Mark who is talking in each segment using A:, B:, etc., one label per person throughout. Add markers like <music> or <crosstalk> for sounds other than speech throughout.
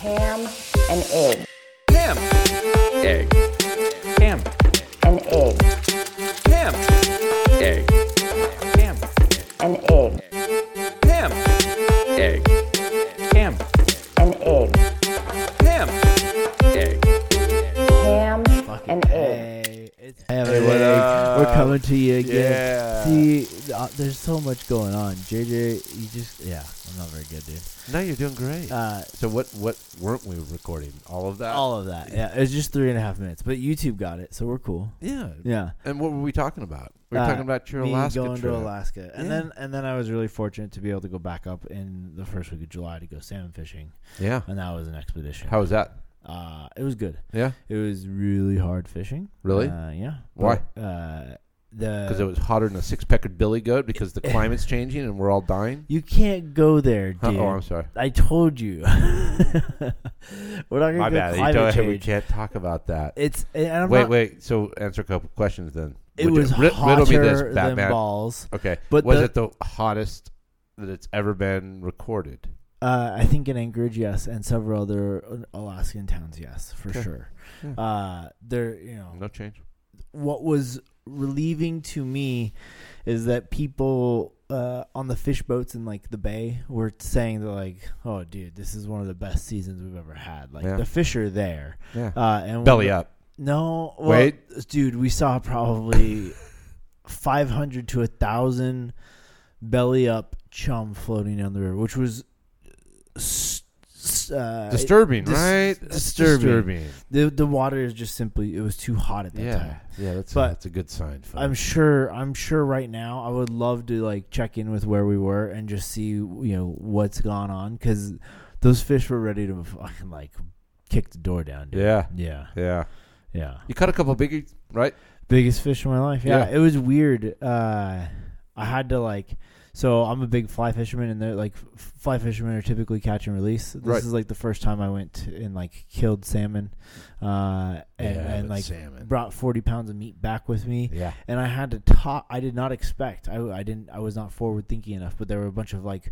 A: ham and egg.
B: Ham. Egg. Ham.
A: An egg.
B: Ham. Egg. Ham.
A: An egg.
B: Ham. Egg. Ham.
A: An egg.
B: Ham. Egg.
A: Ham and egg.
C: Hey, it's Hammer
B: Hey, what
C: Egg.
B: up?
C: We're coming to you again.
B: Yeah.
C: See, uh, there's so much going on. JJ, you just yeah, I'm not very good, dude.
B: No, you're doing great.
C: Uh,
B: so what? What weren't we recording? All of that.
C: all of that. Yeah, it was just three and a half minutes, but YouTube got it, so we're cool.
B: Yeah.
C: Yeah,
B: And what were we talking about? We were
C: Uh,
B: talking about your
C: me
B: Alaska
C: going
B: trip.
C: to Alaska, and
B: Yeah.
C: then and then I was really fortunate to be able to go back up in the first week of July to go salmon fishing,
B: Yeah.
C: and that was an expedition.
B: How was that?
C: Uh, it was good.
B: Yeah.
C: It was really hard fishing.
B: Really?
C: Uh, yeah.
B: Why?
C: But, uh, the
B: Because it was hotter than a six-peckered billy goat because <laughs> the climate's changing and we're all dying.
C: you can't go there,
B: Huh? <laughs>
C: dude.
B: Oh, I'm sorry.
C: I told you. <laughs> We're not gonna
B: My
C: go
B: bad. You
C: climate
B: don't- hey, <laughs>
C: change.
B: we can't talk about that.
C: It's and I'm
B: wait,
C: not,
B: wait. So answer a couple questions then.
C: It
B: Would you-
C: was
B: ri- riddle
C: hotter
B: me this,
C: than
B: Batman.
C: balls.
B: Okay.
C: But
B: was
C: the-
B: it the hottest that it's ever been recorded?
C: Uh, I think in Anchorage, yes, and several other uh, Alaskan towns, yes, for
B: Okay.
C: sure.
B: Yeah.
C: Uh, there, you know,
B: No change.
C: what was relieving to me is that people uh, on the fish boats in like the bay were saying that like, oh, dude, this is one of the best seasons we've ever had. Like
B: Yeah.
C: the fish are there,
B: Yeah.
C: uh, and
B: Belly up.
C: No, well,
B: Wait.
C: dude, we saw probably five hundred to a thousand belly up chum floating down the river, which was s- s- uh,
B: Disturbing,
C: dis-
B: right? That's
C: disturbing.
B: disturbing.
C: the the water is just simply it was too hot at that
B: Yeah.
C: time.
B: Yeah, that's,
C: But-
B: a, that's a good sign. folks.
C: I'm sure. I'm sure. Right now, I would love to like check in with where we were and just see you know what's gone on because those fish were ready to fucking like kick the door down. Dude.
B: Yeah.
C: Yeah.
B: Yeah.
C: Yeah.
B: You cut a couple biggies, right?
C: Biggest fish in my life. Yeah,
B: Yeah.
C: it was weird. Uh, I had to like, so I'm a big fly fisherman, and they're like, f- fly fishermen are typically catch and release. This
B: Right.
C: is like the first time I went and like killed salmon, uh, and,
B: Yeah,
C: and
B: but
C: like
B: salmon.
C: brought 40 pounds of meat back with me.
B: Yeah.
C: And I had to talk. I did not expect. I, I didn't. I was not forward thinking enough. But there were a bunch of like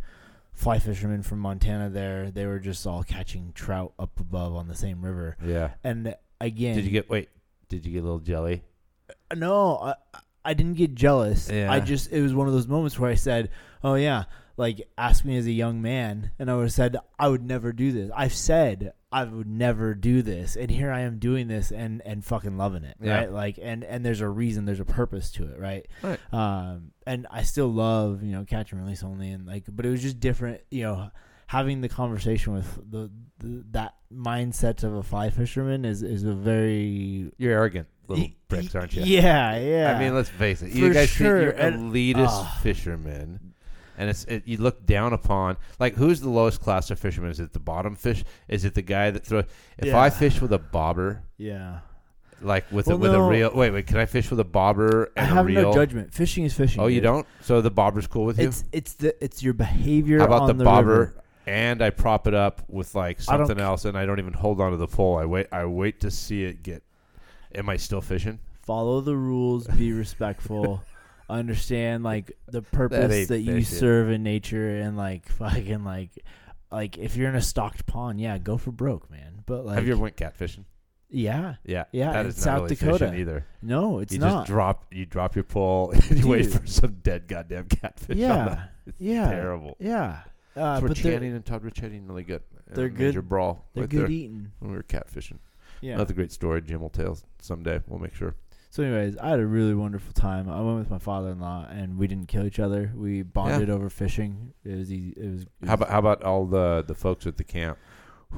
C: fly fishermen from Montana there. They were just all catching trout up above on the same river.
B: Yeah.
C: And again,
B: Did you get, wait, did you get a little jelly?
C: no, I, I didn't get jealous.
B: Yeah.
C: I just it was one of those moments where I said, "Oh yeah," like ask me as a young man, and I would have said, "I would never do this." I've said I would never do this, and here I am doing this and and fucking loving it,
B: Yeah.
C: right? Like, and and there's a reason, there's a purpose to it, right?
B: Right.
C: Um, and I still love you know catch and release only, and like, but it was just different, you know. Having the conversation with the, the that mindset of a fly fisherman is, is a very
B: You're arrogant little
C: Y-
B: pricks,
C: y-
B: aren't you?
C: Yeah, yeah.
B: I mean, let's face it.
C: For
B: You guys
C: sure,
B: treat your
C: and-
B: elitist
C: ah.
B: fishermen, and it's it, you look down upon like who's the lowest class of fishermen? Is it the bottom fish? Is it the guy that throws? If I
C: Yeah.
B: fish with a bobber,
C: yeah.
B: like with a,
C: Well,
B: with a
C: no.
B: reel, wait, wait, can I fish with a bobber
C: I
B: and
C: have
B: a reel?
C: no judgment. Fishing is fishing.
B: Oh, you
C: dude.
B: don't? So the bobber's cool with you?
C: It's it's the it's your behavior.
B: How about
C: on
B: the,
C: the,
B: bobber?
C: river.
B: And I prop it up with like
C: I don't
B: something
C: c-
B: else, and I don't even hold onto the pole. I wait. I wait to see it get. Am I still fishing?
C: Follow the rules.
B: <laughs>
C: Be respectful. understand like the purpose
B: ain't
C: that, you
B: fishing.
C: serve in nature and like <laughs> fucking like like if you're in a stocked pond, yeah, go for broke, man. But like,
B: Have you ever went catfishing?
C: yeah,
B: Yeah,
C: Yeah,
B: That
C: in
B: is not
C: South
B: really
C: Dakota.
B: fishing either.
C: no, it's
B: you
C: not.
B: just drop you drop your pole <laughs> and you wait
C: Dude.
B: for some dead goddamn catfish.
C: Yeah,
B: on that. it's
C: yeah,
B: terrible.
C: yeah. Uh,
B: That's where
C: but they're,
B: Channing and Todd were chatting really good. in
C: they're
B: a major
C: good-
B: brawl
C: they're
B: right
C: good
B: there
C: eating.
B: when we were catfishing.
C: Yeah.
B: Another great story. Jim will tell someday. We'll make sure.
C: So, anyways, I had a really wonderful time. I went with my father-in-law, and we didn't kill each other. We bonded over fishing. It was easy. It was. It was
B: How about how about all the the folks at the camp?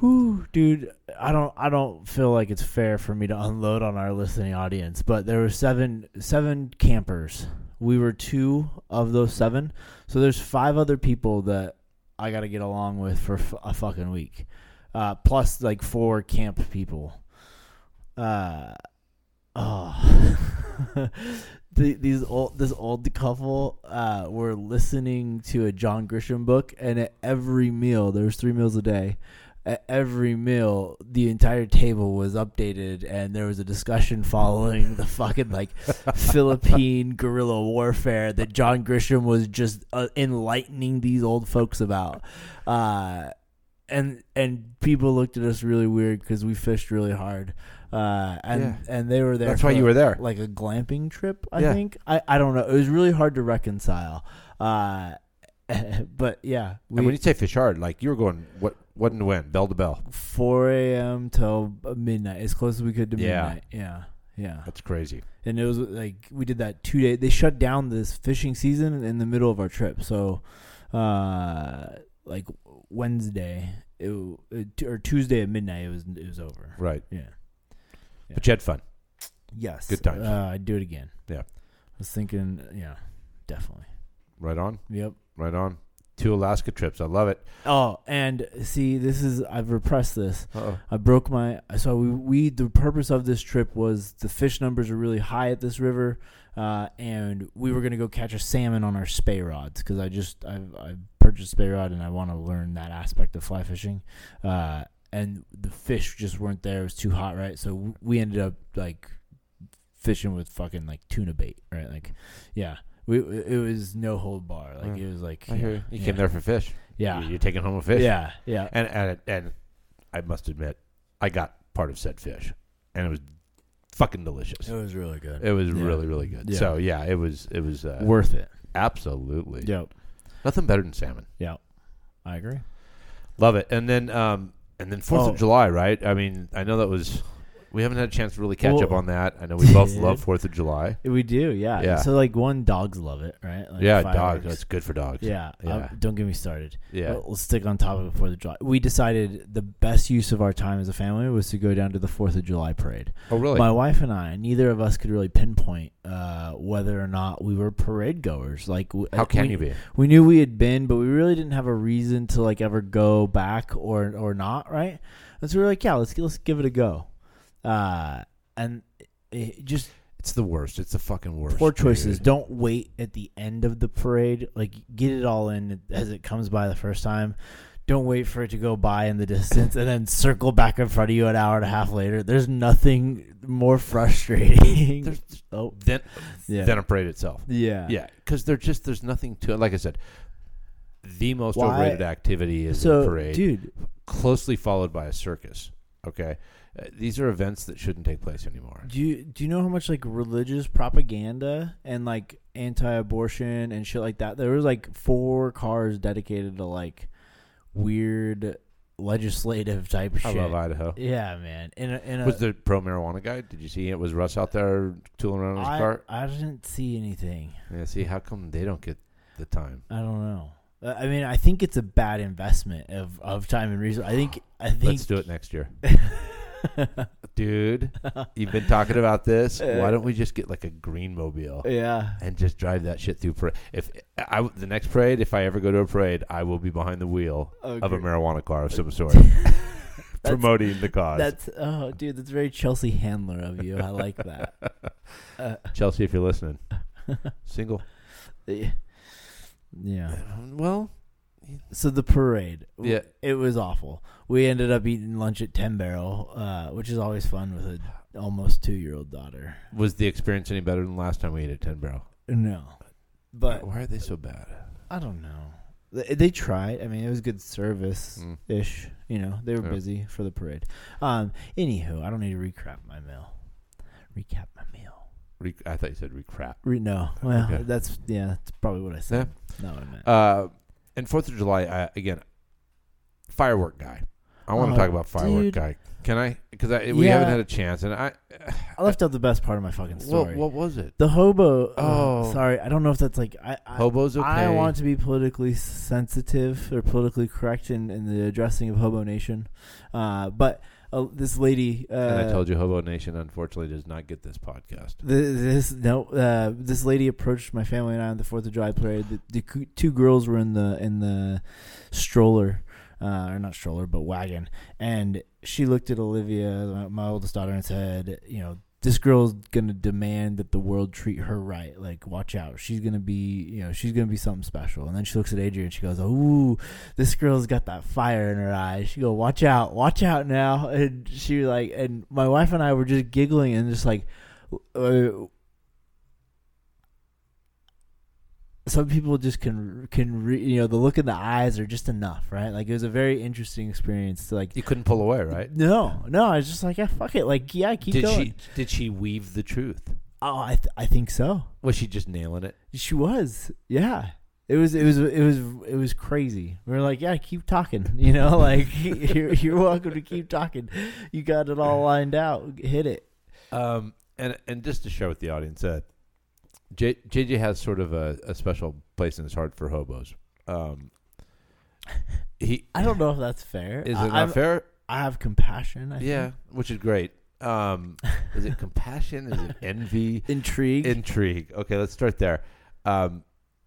C: Whew, dude, I don't I don't feel like it's fair for me to unload on our listening audience, but there were seven seven campers. We were two of those seven. So there's five other people that I got to get along with for f- a fucking week. Uh plus like four camp people. Uh oh. <laughs> The, these old this old couple uh, were listening to a John Grisham book, and at every meal there was three meals a day at every meal the entire table was updated and there was a discussion following the fucking like philippine guerrilla warfare that john grisham was just uh, enlightening these old folks about uh and and people looked at us really weird because we fished really hard, uh, and
B: Yeah.
C: and they were there.
B: That's why
C: for
B: you were there.
C: like a glamping trip. I
B: Yeah.
C: think I, I don't know. It was really hard to reconcile, uh, <laughs> but yeah,
B: and when you say fish hard, like you were going what what and when bell to bell.
C: 4 a.m. till midnight, as close as we could to
B: Yeah.
C: midnight. Yeah, yeah.
B: That's crazy.
C: And it was like we did that two day. They shut down this fishing season in the middle of our trip, so uh, like Wednesday it, w- it t- or Tuesday at midnight, it was it was over.
B: Right.
C: Yeah.
B: But you had fun.
C: Yes.
B: Good times.
C: Uh, I'd do it again.
B: Yeah.
C: I was thinking. Yeah. Definitely.
B: Right on.
C: Yep.
B: Right on. Two Alaska trips. I love it.
C: Oh, and see, this is I've repressed this.
B: Uh-oh.
C: I broke my. So we, we the purpose of this trip was the fish numbers are really high at this river, uh, and we were gonna go catch a salmon on our spay rods because I just I've, i purchased spay rod and I want to learn that aspect of fly fishing, uh, and the fish just weren't there. It was too hot, right? So w- we ended up like fishing with fucking like tuna bait, right? Like, yeah, we it was no hold bar. Like
B: Yeah.
C: it was like
B: Hmm. I hear you.
C: yeah,
B: You came there for fish.
C: yeah,
B: You- You're taking home a fish.
C: yeah, yeah.
B: And and and I must admit, I got part of said fish, and it was fucking delicious.
C: It was really good.
B: It was
C: Yeah.
B: really really good.
C: Yeah.
B: So yeah, it was it was uh,
C: Worth it.
B: absolutely
C: Yep.
B: nothing better than salmon.
C: Yep. I agree.
B: Love it. And then um and then Fourth
C: Oh.
B: of July, right? I mean, I know that was we haven't had a chance to really catch
C: Well-
B: up on that. I know we both
C: Yeah.
B: love Fourth of July.
C: We do, yeah.
B: Yeah.
C: So like one, dogs love it, right? Like
B: yeah, dogs.
C: fireworks.
B: That's good for dogs.
C: Yeah.
B: Yeah.
C: Um, don't get me started.
B: yeah.
C: Well, let's stick on topic of Fourth of July. We decided the best use of our time as a family was to go down to the Fourth of July parade.
B: oh, really?
C: My wife and I, neither of us could really pinpoint uh, whether or not we were parade goers. Like, w-
B: How can
C: we,
B: you be?
C: We knew we had been, but we really didn't have a reason to like ever go back or or not, right? And so we were like, yeah, let's let's give it a go. Uh, and it just
B: It's the worst. It's the fucking worst.
C: poor choices.
B: dude.
C: Don't wait at the end of the parade. Like get it all in as it comes by the first time. Don't wait for it to go by in the distance and then circle back in front of you an hour and a half later. There's nothing more frustrating.
B: There's-
C: <laughs> oh,
B: Then
C: yeah.
B: then a parade itself.
C: yeah.
B: Yeah, because there's just there's nothing to it. Like I said, the most
C: Why-
B: overrated activity is the
C: So,
B: parade,
C: dude,
B: closely followed by a circus. Okay, uh, these are events that shouldn't take place anymore.
C: do you do you know how much like religious propaganda and like anti-abortion and shit like that? There was like four cars dedicated to like weird legislative type
B: I
C: shit.
B: love Idaho.
C: Yeah, man. In a, in a,
B: Was the pro marijuana guy? Did you see it? Was Russ out there tooling around in his
C: I,
B: cart?
C: I didn't see anything.
B: Yeah. See, how come they don't get the time?
C: I don't know. Uh, I mean, I think it's a bad investment of, of time and resources. I think I think
B: Let's do it next
C: <laughs>
B: year, dude. You've been talking about
C: <laughs>
B: this. Why don't we just get like a green mobile?
C: yeah.
B: and just drive that shit through parade. If I the next parade, if I ever go to a parade, I will be behind the wheel of a
C: <laughs> Okay.
B: marijuana car of some sort, promoting the cause.
C: That's oh, dude, that's very Chelsea Handler of you. I
B: <laughs>
C: like that. Uh,
B: Chelsea, if you're
C: <laughs>
B: listening, single.
C: yeah.
B: Well,
C: So the parade, w-
B: Yeah.
C: it was awful. We ended up eating lunch at Ten Barrel, uh, which is always fun with an almost two year old daughter.
B: was the experience any better than last time we ate at Ten Barrel?
C: No, but
B: Why are they so bad?
C: I don't know. They, they tried. I mean, it was good service
B: Mm.
C: ish. You know, they were
B: Yeah.
C: busy for the parade. Um, anywho, I don't need to recap my meal. Recap my meal.
B: Re- I thought you said recrap.
C: Re- no, well,
B: Okay.
C: that's yeah, that's probably what I said. Not what I meant.
B: Uh, and Fourth of July I, again. Firework guy. I want
C: Oh,
B: to talk about firework
C: dude.
B: guy. Can I? Because I, we
C: Yeah.
B: haven't had a chance, and I.
C: I left out the best part of my fucking
B: Well,
C: story.
B: what was it?
C: the hobo.
B: Oh.
C: Oh, sorry. I don't know if that's like I. I
B: Hobo's okay.
C: I want to be politically sensitive or politically correct in, in the addressing of Hobo Nation, uh, but uh, this lady. Uh,
B: and I told you, Hobo Nation unfortunately does not get this podcast.
C: Th- This no, uh, this lady approached my family and I on the Fourth of July parade. The, the coo- two girls were in the in the stroller, uh, or not stroller, but wagon, and she looked at Olivia, my, my oldest daughter, and said, "You know, this girl's gonna demand that the world treat her right. Like, watch out, she's gonna be, you know, she's gonna be something special." And then she looks at Adrian, and she goes, "Ooh, this girl's got that fire in her eyes. She go, watch out, watch out now. <laughs> And she like, and my wife and I were just giggling and just like, uh, some people just can can re, you know the look in the eyes are just enough, right? Like it was a very interesting experience. To like
B: You couldn't pull away, right?
C: no, no, I was just like yeah, fuck it, like yeah, keep
B: Did
C: going.
B: she did she weave the truth?
C: Oh, I th- I think so.
B: Was she just nailing it?
C: She was, yeah. It was it was it was it was crazy. We were like, yeah, keep talking, <laughs> you know, like you're, you're welcome to keep talking. You got it all lined out, hit it.
B: Um, and and just to share with the audience that J, JJ has sort of a, a special place in his heart for hobos. Um, he
C: <laughs> I don't know if that's fair.
B: is it
C: I,
B: not
C: I'm- Uh-huh.
B: fair?
C: I have compassion. I
B: Yeah,
C: think.
B: which is great. Um, is it compassion? Is it envy?
C: <laughs> intrigue.
B: Intrigue. Okay, let's start there. Um,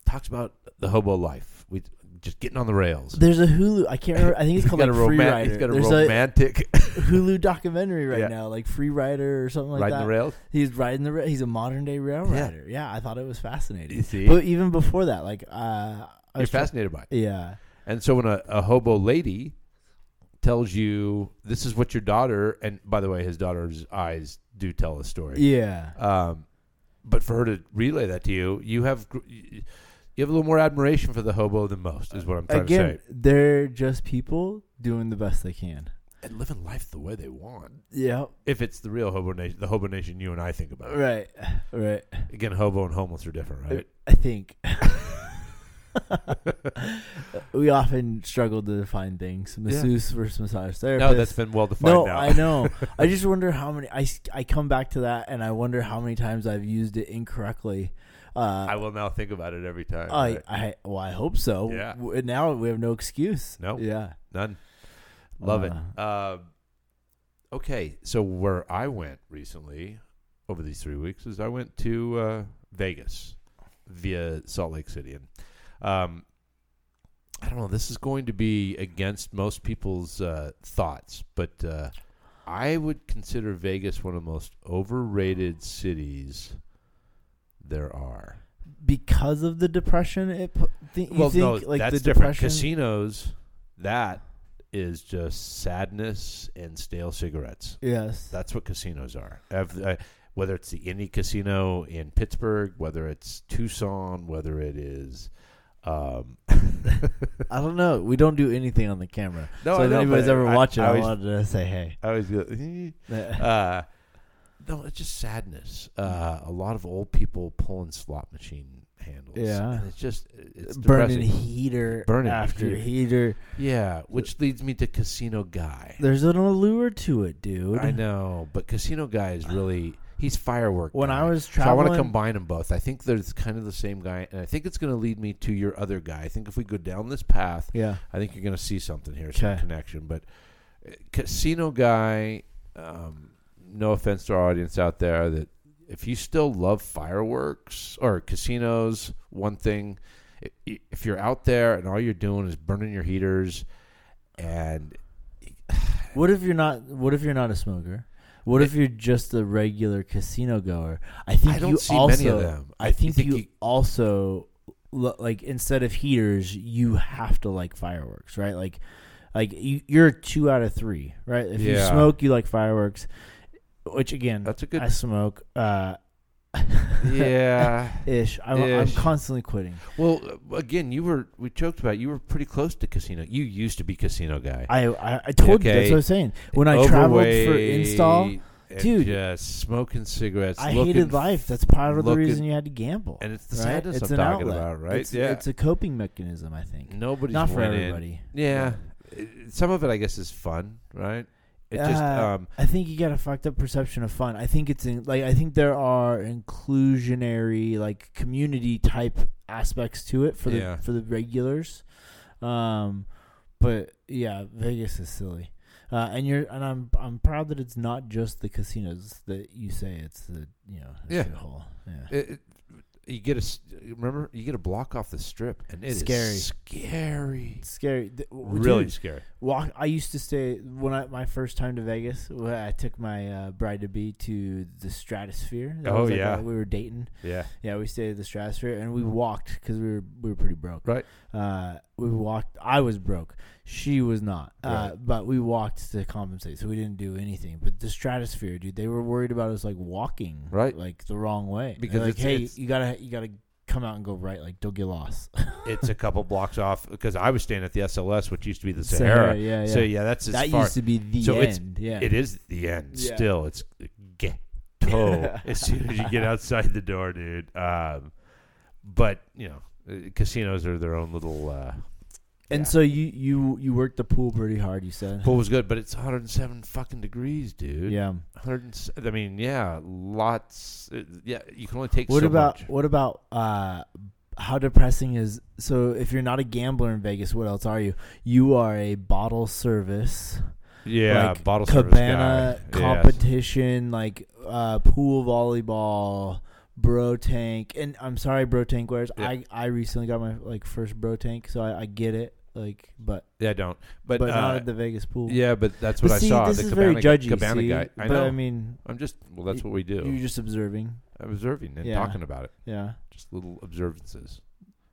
B: talks about the hobo life. We just getting on the rails.
C: There's a Hulu. I can't remember. I think it's
B: He's
C: called
B: got,
C: like
B: a
C: Free
B: roman-
C: Rider.
B: he's got a
C: There's <laughs>
B: romantic
C: a Hulu documentary right
B: Yeah.
C: now, like Free Rider or something
B: <laughs>
C: like
B: riding
C: that.
B: the rails.
C: He's riding the. Ra- he's a modern day rail
B: Yeah.
C: rider. Yeah, I thought it was
B: You
C: fascinating.
B: see,
C: But even before that, like uh, I
B: you're
C: was try-
B: fascinated by it.
C: Yeah,
B: And so when a, a hobo lady tells you this is what your daughter and by the way, his daughter's eyes do tell a story.
C: yeah,
B: Um, but for her to relay that to you, you have gr- you have a little more admiration for the hobo than most is what I'm trying
C: Again,
B: to say.
C: they're just people doing the best they can.
B: And living life the way they want.
C: Yep.
B: If it's the real hobo nation, the hobo nation you and I think about.
C: Right. Right.
B: Again, hobo and homeless are different, right? <laughs>
C: I think. we often struggle to define things. Masseuse versus massage therapist.
B: no, that's been well defined
C: No,
B: now.
C: I know.
B: <laughs>
C: I just wonder how many. I, s- I come back to that, and I wonder how many times I've used it incorrectly.
B: I
C: Uh,
B: will now think about it every time.
C: I,
B: right?
C: I, well, I hope so.
B: Yeah.
C: W- Now we have no excuse.
B: No.
C: Yeah.
B: None. Love it.
C: Uh,
B: Um, okay, so where I went recently over these three weeks is I went to uh, Vegas via Salt Lake City, and um, I don't know. This is going to be against most people's uh, thoughts, but uh, I would consider Vegas one of the most overrated cities there are.
C: Because of the depression, it. pu- Th- you
B: well,
C: think
B: no,
C: like
B: that's
C: the
B: different.
C: depression.
B: Casinos, that is just sadness and stale cigarettes.
C: Yes.
B: That's what casinos are. Ev- uh, whether it's the indie casino in Pittsburgh, whether it's Tucson, whether it is. Um,
C: I don't know. We don't do anything on the camera.
B: No,
C: so
B: I
C: if
B: know,
C: anybody's
B: but
C: ever
B: I-
C: watching,
B: I
C: I,
B: always-
C: wanted to
B: <laughs>
C: say hey.
B: I always go. "Eh." Uh, no, it's just sadness. Uh, a lot of old people pulling slot machine handles.
C: Yeah.
B: and it's just it's
C: burning
B: depressing.
C: heater
B: Burning
C: after
B: heater.
C: heater.
B: Yeah, which leads me to Casino Guy.
C: There's an allure to it, dude.
B: I know, but Casino Guy is really he's firework.
C: When
B: guy.
C: I was
B: so I
C: traveling,
B: want to combine them both. I think they're kind of the same guy, and I think it's going to lead me to your other guy. I think if we go down this path,
C: yeah,
B: I think you're going to see something here, some
C: Okay.
B: connection. But uh, Casino Guy, um, no offense to our audience out there, that if you still love fireworks or casinos, one thing, i- if you're out there and all you're doing is burning your heaters and
C: what if you're not? What if you're not a smoker? What if you're just a regular casino goer? I think
B: I don't
C: you
B: see
C: also.
B: many of them.
C: I think, you,
B: you-
C: also lo- like instead of heaters, you have to like fireworks, right? Like, like you, you're a two out of three, right? If you
B: Yeah.
C: smoke, you like fireworks, which again,
B: that's a good
C: I smoke. Uh,
B: yeah.
C: <laughs> ish. I'm, I'm
B: Ish.
C: constantly quitting.
B: <laughs> Well, uh, again, you were we joked about it. you were pretty close to casino. You used to be casino guy.
C: I I, I told you
B: Okay.
C: that's what I was saying. When I traveled for install,
B: Overweight and
C: dude.
B: just smoking cigarettes.
C: I
B: looking
C: hated life. That's part of the
B: looking-
C: reason you had to gamble.
B: and it's the
C: right?
B: sadness
C: It's
B: I'm
C: an
B: talking
C: outlet.
B: about, right?
C: It's,
B: yeah,
C: it's a coping mechanism, I think.
B: nobody's
C: Not for
B: winning.
C: everybody.
B: Yeah, It- some of it I guess is fun, right? It just
C: Uh,
B: um,
C: I think you got a fucked up perception of fun. I think it's in, like I think there are inclusionary like community type aspects to it for the
B: Yeah.
C: for the regulars. Um but yeah, Vegas is silly. Uh, and you're and I'm I'm proud that it's not just the casinos that you say it's the you know the
B: Yeah.
C: shithole. Yeah.
B: it, it- you get a s- remember you get a block off the strip, and it's
C: Scary.
B: scary,
C: It's scary. Th- w-
B: really
C: dude,
B: scary.
C: walk. I used to stay when I my first time to Vegas. When I took my uh, bride to be to the Stratosphere.
B: Oh,
C: like,
B: yeah.
C: uh, we were dating.
B: Yeah,
C: Yeah, we stayed at the Stratosphere and we walked because we were we were pretty broke.
B: Mm-hmm. Right.
C: Uh, we walked. I was broke. She was not. Uh,
B: Right.
C: but we walked to compensate, so we didn't do anything. But the Stratosphere, dude, they were worried about us like walking
B: Right.
C: like the wrong way. They're
B: Because
C: like,
B: it's-
C: hey,
B: it's-
C: you gotta you gotta come out and go right, like don't get lost. <laughs>
B: it's a couple blocks off because I was staying at the SLS, which used to be the
C: Sahara,
B: Sahara.
C: yeah,
B: So
C: yeah.
B: yeah, that's as
C: that
B: far.
C: used to be the
B: so it's-
C: end. yeah,
B: It is the end.
C: Yeah.
B: Still, it's
C: <laughs>
B: ghetto as soon as you get outside the door, dude. Um, but you know, uh, casinos are their own little. Uh,
C: And
B: yeah.
C: so you you you worked the pool pretty hard. You said,
B: pool was good, but it's 107 fucking degrees, dude.
C: yeah.
B: 100. I mean, yeah, lots. uh, yeah, you can only take.
C: What
B: so
C: about
B: much.
C: what about uh, how depressing is so? If you're not a gambler in Vegas, what else are you? You are a bottle service,
B: Yeah,
C: like
B: bottle
C: cabana
B: service guy. Yes.
C: competition, like uh, pool volleyball, bro tank. And I'm sorry, bro tank wears.
B: Yeah.
C: I I recently got my like first bro tank, so I, I get it. Like, but
B: Yeah, I don't. But,
C: but, not
B: uh,
C: at the Vegas pool.
B: yeah, but that's what
C: But
B: I
C: see,
B: saw.
C: This
B: the
C: is
B: cabana,
C: very judgy.
B: cabana
C: see?
B: guy. I
C: but
B: know.
C: I mean,
B: I'm just well. That's what we
C: you're
B: do.
C: just observing.
B: Observing and
C: Yeah.
B: talking about it.
C: Yeah,
B: Just little observances.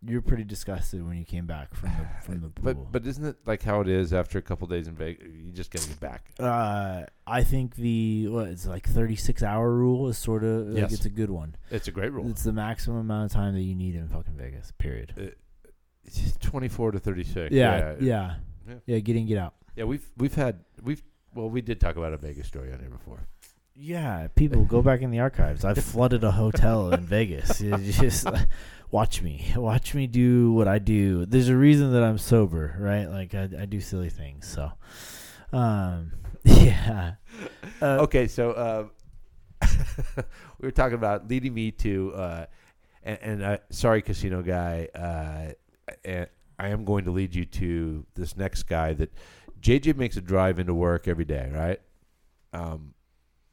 C: you're pretty disgusted when you came back from the <laughs> from the pool.
B: But but isn't it like how it is after a couple days in Vegas? You just gotta get back.
C: uh, I think the what it's like 36 hour rule is sort of like
B: Yes.
C: it's a good one.
B: It's a great rule.
C: It's the maximum amount of time that you need in fucking Vegas. Period.
B: It's <sighs> 24 to 36.
C: Yeah, yeah, yeah,
B: Yeah.
C: Get in, get out.
B: Yeah, We've we've had we've well we did talk about a Vegas story on here before.
C: Yeah, people go back in the archives. I flooded a hotel in
B: <laughs>
C: Vegas. You just <laughs> uh, watch me, watch me do what I do. There's a reason that I'm sober, right? Like I, I do silly things. So, um, <laughs> yeah. Uh,
B: okay, so uh, <laughs> we were talking about leading me to, uh, and, and uh, sorry, casino guy, uh, and I am going to lead you to this next guy that JJ makes a drive into work every day, right? Um,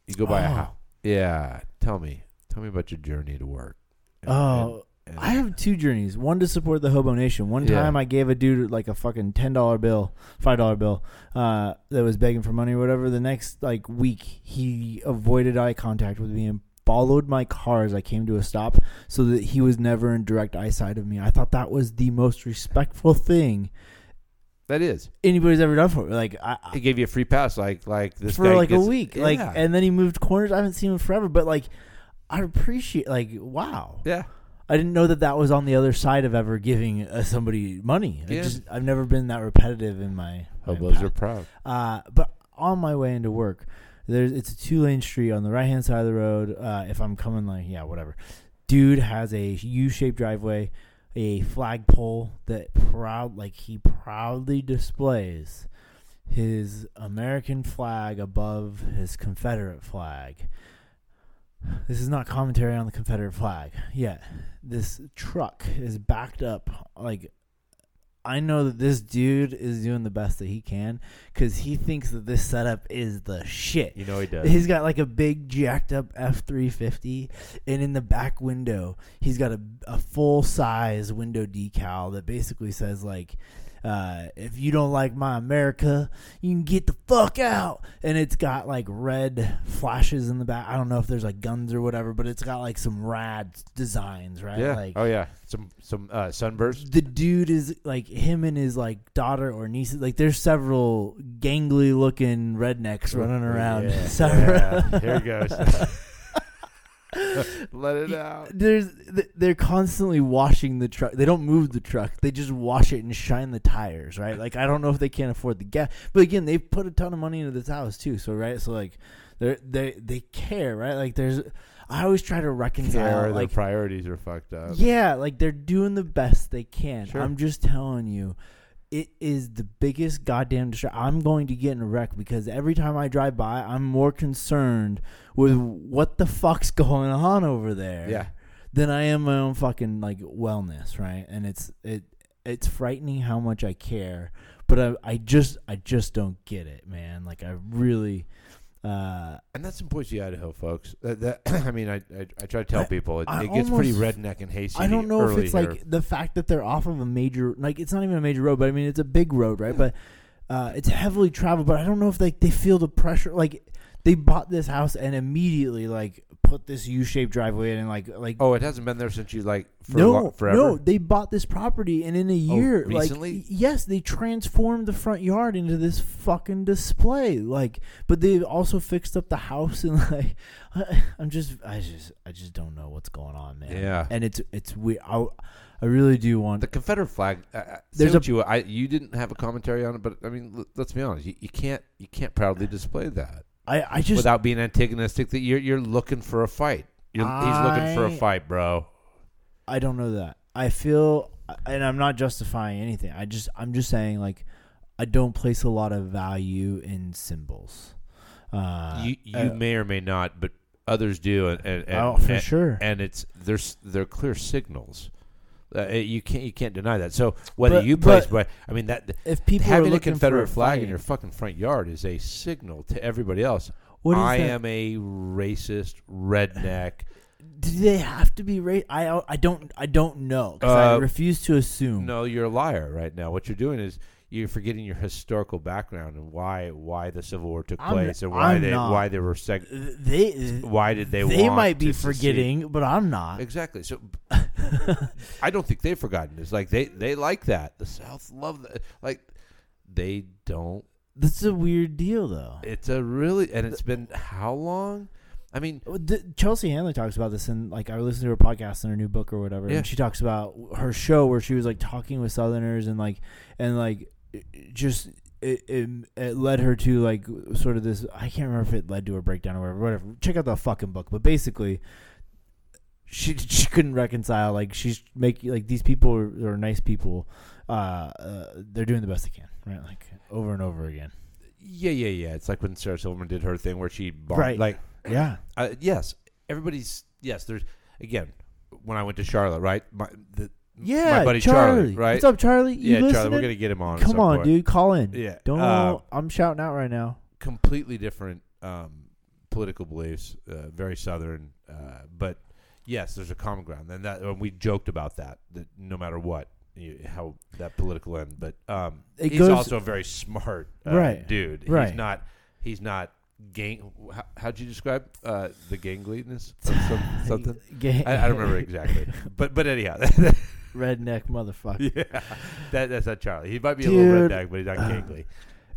B: you go by a
C: Oh.
B: house. Yeah, tell me, tell me about your journey to work. And-
C: Oh,
B: and- and-
C: I have two journeys. One to support the Hobo Nation. One
B: Yeah.
C: time I gave a dude like a fucking ten dollar bill, five dollar bill, uh, that was begging for money or whatever. The next like week, he avoided eye contact with me and followed my car as I came to a stop, so that he was never in direct eyesight of me. I thought that was the most respectful thing
B: that is.
C: anybody's ever done for me. Like I,
B: He gave you a free pass, like like this
C: for
B: guy
C: like a
B: gets-
C: week, like,
B: Yeah.
C: and then he moved corners. I haven't seen him forever, but like, I appreciate like wow.
B: yeah.
C: I didn't know that that was on the other side of ever giving uh, somebody money. I
B: Yeah.
C: just, I've never been that repetitive in my. my
B: Hobos are
C: path.
B: proud.
C: Uh, but on my way into work, there's it's a two lane street on the right hand side of the road. Uh, if I'm coming, like yeah, whatever. Dude has a U shaped driveway, a flagpole that proud like he proudly displays his American flag above his Confederate flag. This is not commentary on the Confederate flag yet. This truck is backed up like. I know that this dude is doing the best that he can because he thinks that this setup is the shit.
B: You know he does.
C: He's got like a big jacked up F three fifty, and in the back window, he's got a, a full size window decal that basically says like, uh, "If you don't like my America, you can get the fuck out." And it's got like red flashes in the back. I don't know if there's like guns or whatever, but it's got like some rad designs, right?
B: yeah.
C: Like,
B: oh yeah. Some some uh, sunburst.
C: the dude is like him and his like daughter or niece. Like there's several gangly looking rednecks running around. <laughs>
B: Yeah,
C: Several-
B: yeah, Here it goes. <laughs> Let it out.
C: There's th- they're constantly washing the truck. They don't move the truck. They just wash it and shine the tires, right? Like I don't know if they can't afford the gas, but again, they put a ton of money into this house too. So right, so like they they they care, right? Like there's I always try to reconcile
B: their
C: like
B: priorities are fucked up.
C: Yeah, like they're doing the best they can.
B: Sure.
C: I'm just telling you, it is the biggest goddamn distraction. I'm going to get in a wreck because every time I drive by, I'm more concerned with what the fuck's going on over there.
B: Yeah.
C: Than I am my own fucking like wellness, right? And it's it it's frightening how much I care, but I I just I just don't get it, man. Like I really. Uh,
B: And that's in Boise, Idaho, folks. That, that <clears throat> I mean, I, I I try to tell
C: I-
B: people it,
C: I
B: it gets pretty
C: almost-
B: redneck and hazy.
C: I don't know if
B: early
C: it's
B: here.
C: like the fact that they're off of a major, like it's not even a major road, but I mean it's a big road, right? But uh, it's heavily traveled. But I don't know if like they feel the pressure. Like they bought this house and immediately like put put this U-shaped driveway in and like like
B: Oh, it hasn't been there since you like for
C: no,
B: lo- forever. Oh,
C: No, they bought this property, and in a year,
B: recently?
C: like yes, they transformed the front yard into this fucking display. Like, but they also fixed up the house, and <laughs> like, I, I'm just, I just, I just don't know what's going on, man.
B: Yeah.
C: and it's it's we, I, I really do want.
B: The Confederate flag. Uh, uh,
C: There's
B: There's
C: a-
B: a, you. I you didn't have a commentary on it, but I mean, l- let's be honest. You, you can't you can't proudly display that
C: I, I just,
B: without being antagonistic. That you're you're looking for a fight. You're, he's looking for
C: I-
B: a fight, bro.
C: I don't know that. I feel, and I'm not justifying anything. I just, I'm just saying, like, I don't place a lot of value in symbols. Uh,
B: you you
C: uh,
B: may or may not, but others do, and, and, and
C: oh, for
B: and-
C: sure.
B: And it's there's they're clear signals. Uh, it- you can't you can't deny that. So whether
C: But-
B: you place,
C: but-
B: but I mean that
C: if people are
B: having a
C: looking
B: Confederate
C: for a
B: flag
C: fight,
B: in your fucking front yard is a signal to everybody else.
C: What is
B: I
C: that?
B: am a racist
C: <laughs>
B: redneck.
C: do they have to be race? I I don't I don't know 'cause I
B: Uh,
C: refuse to assume.
B: No, you're a liar right now. What you're doing is you're forgetting your historical background and why why the Civil War took
C: I'm-
B: place and why
C: I'm
B: they
C: not.
B: why they were seg-
C: they
B: why did they
C: they
B: want
C: might
B: to
C: be
B: secede.
C: forgetting, but I'm not.
B: Exactly.
C: <laughs>
B: So I don't think they've forgotten. It's like they they like that. The South love that. Like they don't.
C: This is a weird deal, though.
B: It's a really and it's been how long? I mean,
C: The- Chelsea Handler talks about this, and like I listened to her podcast in her new book or whatever,
B: Yeah.
C: and she talks about her show where she was like talking with Southerners and like and like it- it just it, it, it led her to like sort of this. I can't remember if it led to a breakdown or whatever. Whatever. Check out the fucking book, but basically. She, she couldn't reconcile like she's making like these people are, are nice people uh, uh they're doing the best they can right like over and over
B: <laughs>
C: again
B: yeah, yeah, yeah. It's like when Sarah Silverman did her thing where she bombed,
C: Right.
B: like
C: yeah
B: uh, yes, everybody's yes. There's again when I went to Charlotte, right? My the,
C: yeah
B: my buddy
C: Charlie,
B: Charlie, right?
C: what's up Charlie you
B: yeah, Charlie, we're
C: listening?
B: gonna get him on. at
C: Come
B: some
C: on,
B: point.
C: dude, call in.
B: Yeah,
C: Don't.
B: uh,
C: I'm shouting out right now. <laughs>
B: completely different um, political beliefs, uh, very southern. Uh, but yes, there's a common ground, and that and we joked about that. That no matter what, you, how that political end. But um,
C: It
B: he's
C: goes-
B: also a very smart uh,
C: Right,
B: dude.
C: right.
B: He's not. He's not gang. How, how'd you describe uh, the gangliness? Or
C: <laughs>
B: some, <laughs> something.
C: Ga-
B: I, I don't
C: <laughs>
B: remember exactly. But but anyhow, <laughs>
C: Redneck motherfucker.
B: yeah, that, that's not Charlie. He might be a little
C: Dude.
B: redneck, but he's not gangly.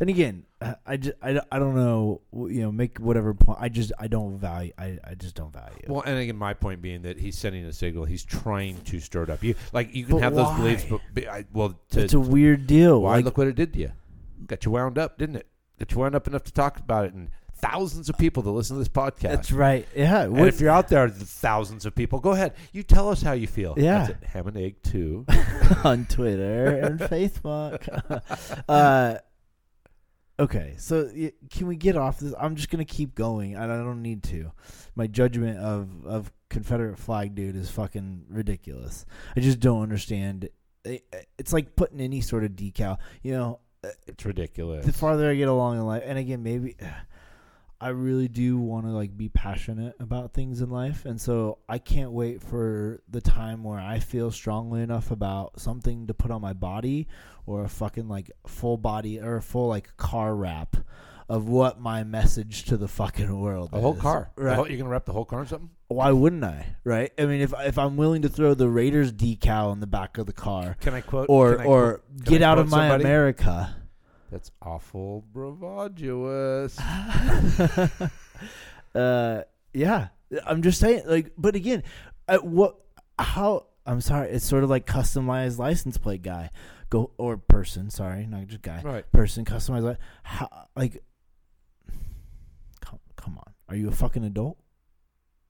C: And again, I- I just I, don't- I don't know. You know, make whatever point. I just I don't value. I, I just don't value. it.
B: Well, and again, my point being that he's sending a signal. He's trying to stir it up. You like you can
C: But
B: have those beliefs,
C: why?
B: but, but I, well, to,
C: it's a weird deal.
B: why
C: like,
B: look what it did to you? Got you wound up, didn't it? Got you wound up enough to talk about it, and thousands of people that listen to this podcast.
C: that's right. Yeah.
B: And
C: what-
B: if you're out there, the thousands of people, go ahead. You tell us how you feel.
C: Yeah.
B: That's it. ham and egg too.
C: <laughs> on Twitter and Facebook. <laughs> uh, okay, so y- can we get off this? I'm just gonna keep going, and I don't need to. My judgment of of Confederate flag dude is fucking ridiculous. I just don't understand. It- It's like putting any sort of decal. You know,
B: It's ridiculous.
C: the farther I get along in life, and again, maybe <sighs> I really do want to like be passionate about things in life, and so I can't wait for the time where I feel strongly enough about something to put on my body, or a fucking like full body or a full like car wrap of what my message to the fucking world.
B: a whole
C: is.
B: car. The
C: right?
B: whole- you're gonna wrap the whole car in something.
C: Why wouldn't I? Right? I mean, if if I'm willing to throw the Raiders decal in the back of the car,
B: Can I quote?
C: or
B: can I
C: or
B: quote- can
C: get
B: I
C: out of
B: quote
C: my
B: somebody?
C: America.
B: That's awful
C: <laughs>
B: bravadoous.
C: uh, yeah, I'm just saying. Like, but again, at what? How? I'm sorry. It's sort of like customized license plate guy, go or person. Sorry, not just guy.
B: right.
C: Person customized. Li- how? Like, come, come on. Are you a fucking adult?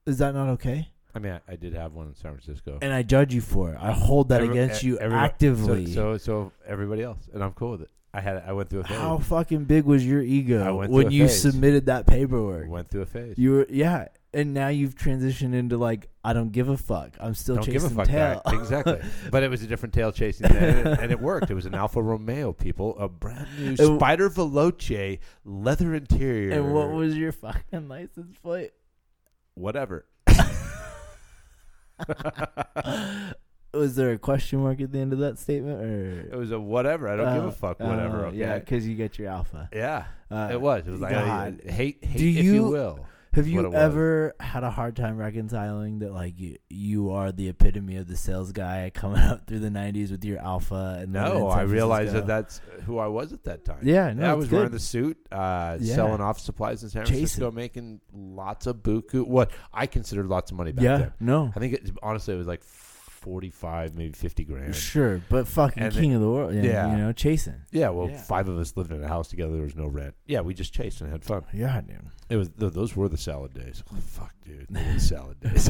C: Is that not okay?
B: I mean, I, I did have one in San Francisco.
C: And I judge you for it. I hold that
B: Every-
C: against
B: e-
C: you
B: everybody-
C: actively.
B: So, so so everybody else, and I'm cool with it. I had I went through a phase.
C: how fucking big was your
B: I
C: ego
B: went
C: when
B: through a
C: you
B: phase.
C: submitted that paperwork?
B: went through a phase.
C: You were yeah, and now you've transitioned into like I don't give a fuck. I'm still
B: don't give
C: chasing
B: a fuck
C: tail.
B: guy.
C: <laughs>
B: exactly. But it was a different tail chasing, thing, and, it, and it worked. It was an Alfa Romeo, people, a brand new
C: w-
B: Spider Veloce leather interior.
C: and what was your fucking license plate? <laughs>
B: whatever? <laughs>
C: Was there a question mark at the end of that statement
B: It
C: or
B: was a whatever. I don't give a fuck. Whatever.
C: Uh,
B: Okay.
C: Yeah, because you got your alpha.
B: Yeah.
C: Uh,
B: it was. It was like
C: God.
B: uh, hate, hate
C: Do
B: if you,
C: you-
B: will.
C: Have
B: what it
C: you
B: was.
C: ever had a hard time reconciling that like you, you are the epitome of the sales guy coming up through the '90s with your alpha and living
B: No,
C: in
B: I
C: San
B: realized that
C: Francisco?
B: that's uh, who I was at that time.
C: Yeah, no,
B: I
C: it's
B: was wearing
C: good.
B: the suit, uh,
C: Yeah.
B: selling off supplies in San
C: Chasing.
B: Francisco, making lots of buku. What I considered lots of money back
C: yeah,
B: then.
C: no,
B: I think it, honestly it was like forty-five, maybe fifty grand.
C: sure, but fucking
B: And
C: king of the world, yeah,
B: yeah.
C: you know, chasing.
B: Yeah, well,
C: Yeah.
B: five of us lived in a house together. There was no rent. Yeah, we just chased and had fun.
C: Yeah, dude.
B: It was th- those were the salad days. Oh, fuck, dude, they were the
C: <laughs>
B: salad days.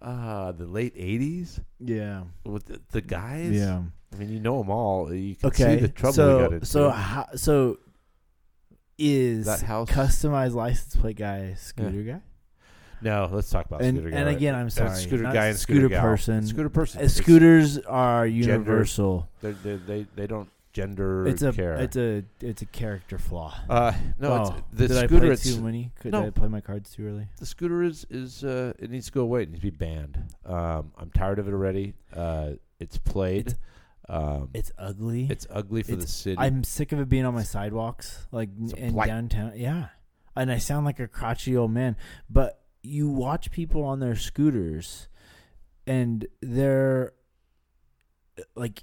B: uh, the late '80s
C: Yeah,
B: with the, the guys.
C: yeah.
B: I mean, you know them all. You can
C: Okay,
B: see the trouble
C: so
B: we got into.
C: so ho- so is
B: that house.
C: customized license plate guy scooter guy?
B: no, let's talk about
C: and
B: scooter guy.
C: and
B: right?
C: again, I'm
B: Uh,
C: sorry,
B: scooter
C: not
B: guy and
C: scooter,
B: scooter, gal.
C: person.
B: Scooter person.
C: Uh,
B: It's-
C: scooters are
B: gender-
C: universal.
B: they're- they're- they they don't gender
C: It's a
B: care.
C: it's a it's a character flaw.
B: uh, no,
C: Wow.
B: it's, the
C: did
B: scooter.
C: I play
B: it's-
C: too many? Could
B: No.
C: I play my cards too early?
B: the scooter is is uh, it needs to go away. It needs to be banned. Um, I'm tired of it already. Uh, it's played.
C: It's-
B: um, it's,
C: It's ugly.
B: ugly for the city.
C: I'm sick of it being on my sidewalks, like
B: It's a
C: in
B: blight.
C: downtown. Yeah, and I sound like a crotchety old man, but you watch people on their scooters, and they're uh, like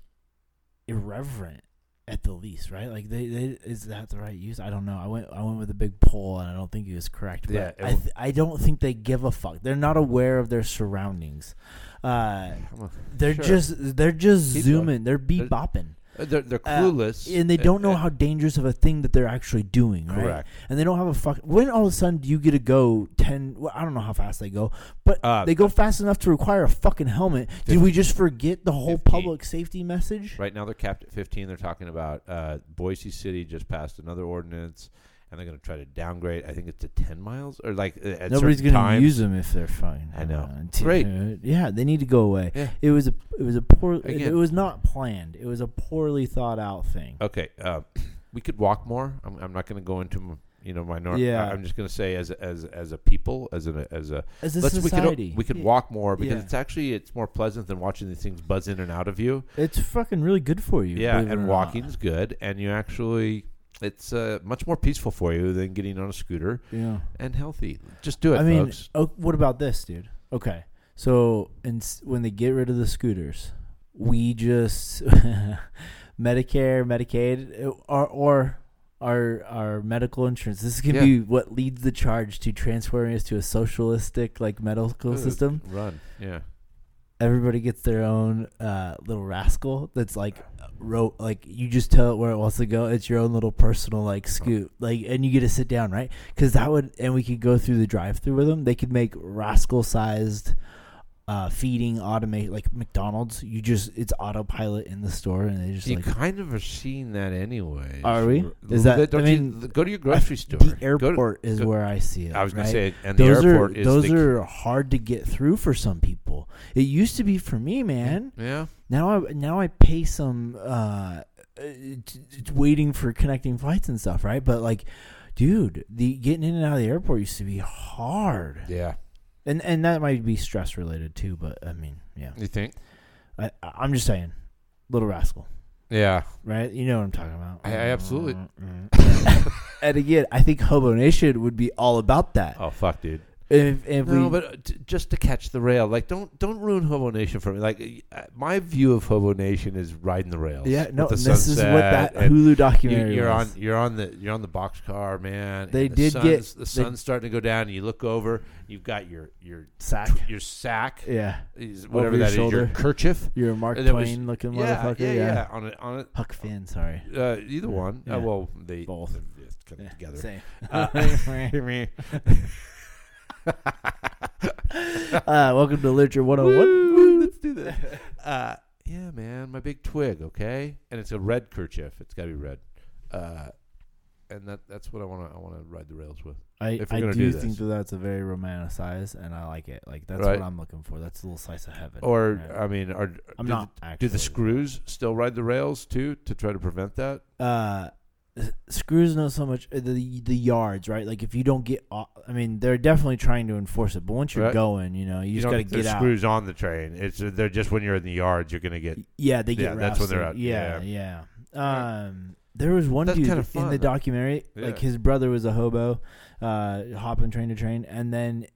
C: irreverent at the least, right? Like they, they is that the right use? I don't know. I went I went with a big poll, and I don't think it was correct. But
B: Yeah, it
C: I
B: wa-
C: th- I don't think they give a fuck. They're not aware of their surroundings. Uh,
B: I'm a-
C: they're
B: Sure.
C: just they're just
B: Keep going.
C: zooming. They're bebopping
B: uh, they're, they're
C: uh,
B: clueless
C: and they don't know
B: uh,
C: how dangerous of a thing that they're actually doing, right?
B: Correct.
C: And they don't have a fuck. When all of a sudden do you get to go ten? Well, I don't know how fast they go, but
B: Uh,
C: they go fast enough to require a fucking helmet. Did we just forget the whole
B: 15.
C: public safety message?
B: Right now they're capped at 15. They're talking about uh, Boise City just passed another ordinance, and they're going to try to downgrade. I think it's to 10 miles or like uh, at
C: Nobody's
B: going
C: gonna
B: to
C: use them if they're fine.
B: I know.
C: Uh, t-
B: Great.
C: uh, Yeah, they need to go away.
B: Yeah.
C: It was a it was a poor. it-
B: Again.
C: It, was not planned. It was a poorly thought out thing.
B: Okay, uh, we could walk more. I'm, I'm not going to go into m- you know my norm.
C: Yeah.
B: I'm just going to say as a- as as a people as a as a
C: As a
B: let's we
C: society,
B: could we could
C: Yeah.
B: walk more because
C: Yeah.
B: it's actually it's more pleasant than watching these things buzz in and out of you.
C: It's fucking really good for you.
B: yeah,
C: believe it or
B: and
C: not.
B: walking's good, and you actually it's uh, much more peaceful for you than getting on a scooter
C: Yeah.
B: and healthy. Just do it,
C: I mean,
B: folks.
C: oh, what about this, dude? Okay, so and when they get rid of the scooters, we just <laughs> Medicare, Medicaid, uh, or or our our medical insurance. This is gonna
B: Yeah.
C: be what leads the charge to transferring us to a socialistic like medical
B: Uh,
C: system.
B: Run, yeah.
C: Everybody gets their own uh, little rascal that's like wrote like you just tell it where it wants to go. It's your own little personal like scoot like, and you get to sit down right because that would and we could go through the drive-through with them. They could make rascal sized uh, feeding automate like McDonald's. You just it's autopilot in the store and they just
B: you
C: like
B: kind of are seeing that anyway.
C: Are we? Is
B: Don't
C: that- I
B: you-
C: mean,
B: go to your grocery store.
C: the
B: Go to-
C: airport is
B: go-
C: where I see it.
B: I was going
C: right?
B: to say, and
C: those
B: the airport
C: are
B: is
C: those
B: the,
C: are hard to get through for some people. It used to be for me, man.
B: yeah.
C: Now I now I pay some uh, uh, t- t- waiting for connecting flights and stuff, right? But like, dude, the getting in and out of the airport used to be hard,
B: Yeah.
C: and and that might be stress related too. But I mean, yeah,
B: You think?
C: I, I- I'm just saying, little rascal,
B: Yeah.
C: right? You know what I'm talking about.
B: I- I absolutely-
C: <laughs> and again, I think Hobo Nation would be all about that.
B: Oh fuck, dude.
C: If, if
B: no,
C: we,
B: but uh, t- just to catch the rail, like don't don't ruin Hobo Nation for me. Like uh, my view of Hobo Nation is riding the rails.
C: yeah, no,
B: with
C: and
B: the
C: this is what
B: sunset
C: that
B: and
C: Hulu
B: You,
C: documentary.
B: you're on
C: was.
B: you're on the you're on the boxcar, man.
C: They
B: and the
C: did
B: sun's,
C: get-
B: the sun's starting to go down. and You look over, you've got your your
C: sack.
B: your sack,
C: Yeah,
B: is-
C: Over
B: whatever
C: your
B: that is, your
C: shoulder.
B: kerchief.
C: you're a Mark
B: That was-
C: Twain looking
B: Yeah,
C: motherfucker.
B: yeah,
C: yeah.
B: yeah. On a, on
C: Huck Finn, sorry.
B: a, uh, either one.
C: Yeah.
B: Uh, well, they
C: Both.
B: they're just kind of together. <laughs>
C: Same.
B: Uh,
C: <laughs> Uh, welcome to Literature 101. <laughs>
B: Woo, let's do this. Uh, yeah, man, my big twig, okay? And it's a red kerchief. It's got to be red. Uh, and that that's what I want to I want to ride the rails with.
C: I,
B: If we're
C: I
B: gonna do
C: do, think
B: this.
C: that that's a very romanticized, and I like it. Like, that's
B: Right.
C: what I'm looking for. That's a little slice of heaven.
B: Or
C: right?
B: I mean, are
C: I'm
B: do,
C: not,
B: do
C: actually.
B: the screws still ride the rails too to try to prevent that?
C: Uh, s- screws not so much. uh, The the yards, right? Like, if you don't get off, I mean, they're definitely trying to enforce it, but once you're
B: Right.
C: going, you know, you, just
B: don't
C: got to
B: think there's
C: get out.
B: screws on the train. It's uh, they're just when you're in the yards, you're gonna get
C: Yeah, they get
B: Yeah, that's when they're
C: rousted.
B: out.
C: Yeah, yeah. Um, There was one
B: That's
C: dude
B: kinda fun,
C: in the
B: though.
C: documentary, like
B: Yeah.
C: his brother was a hobo, uh, hopping train to train, and then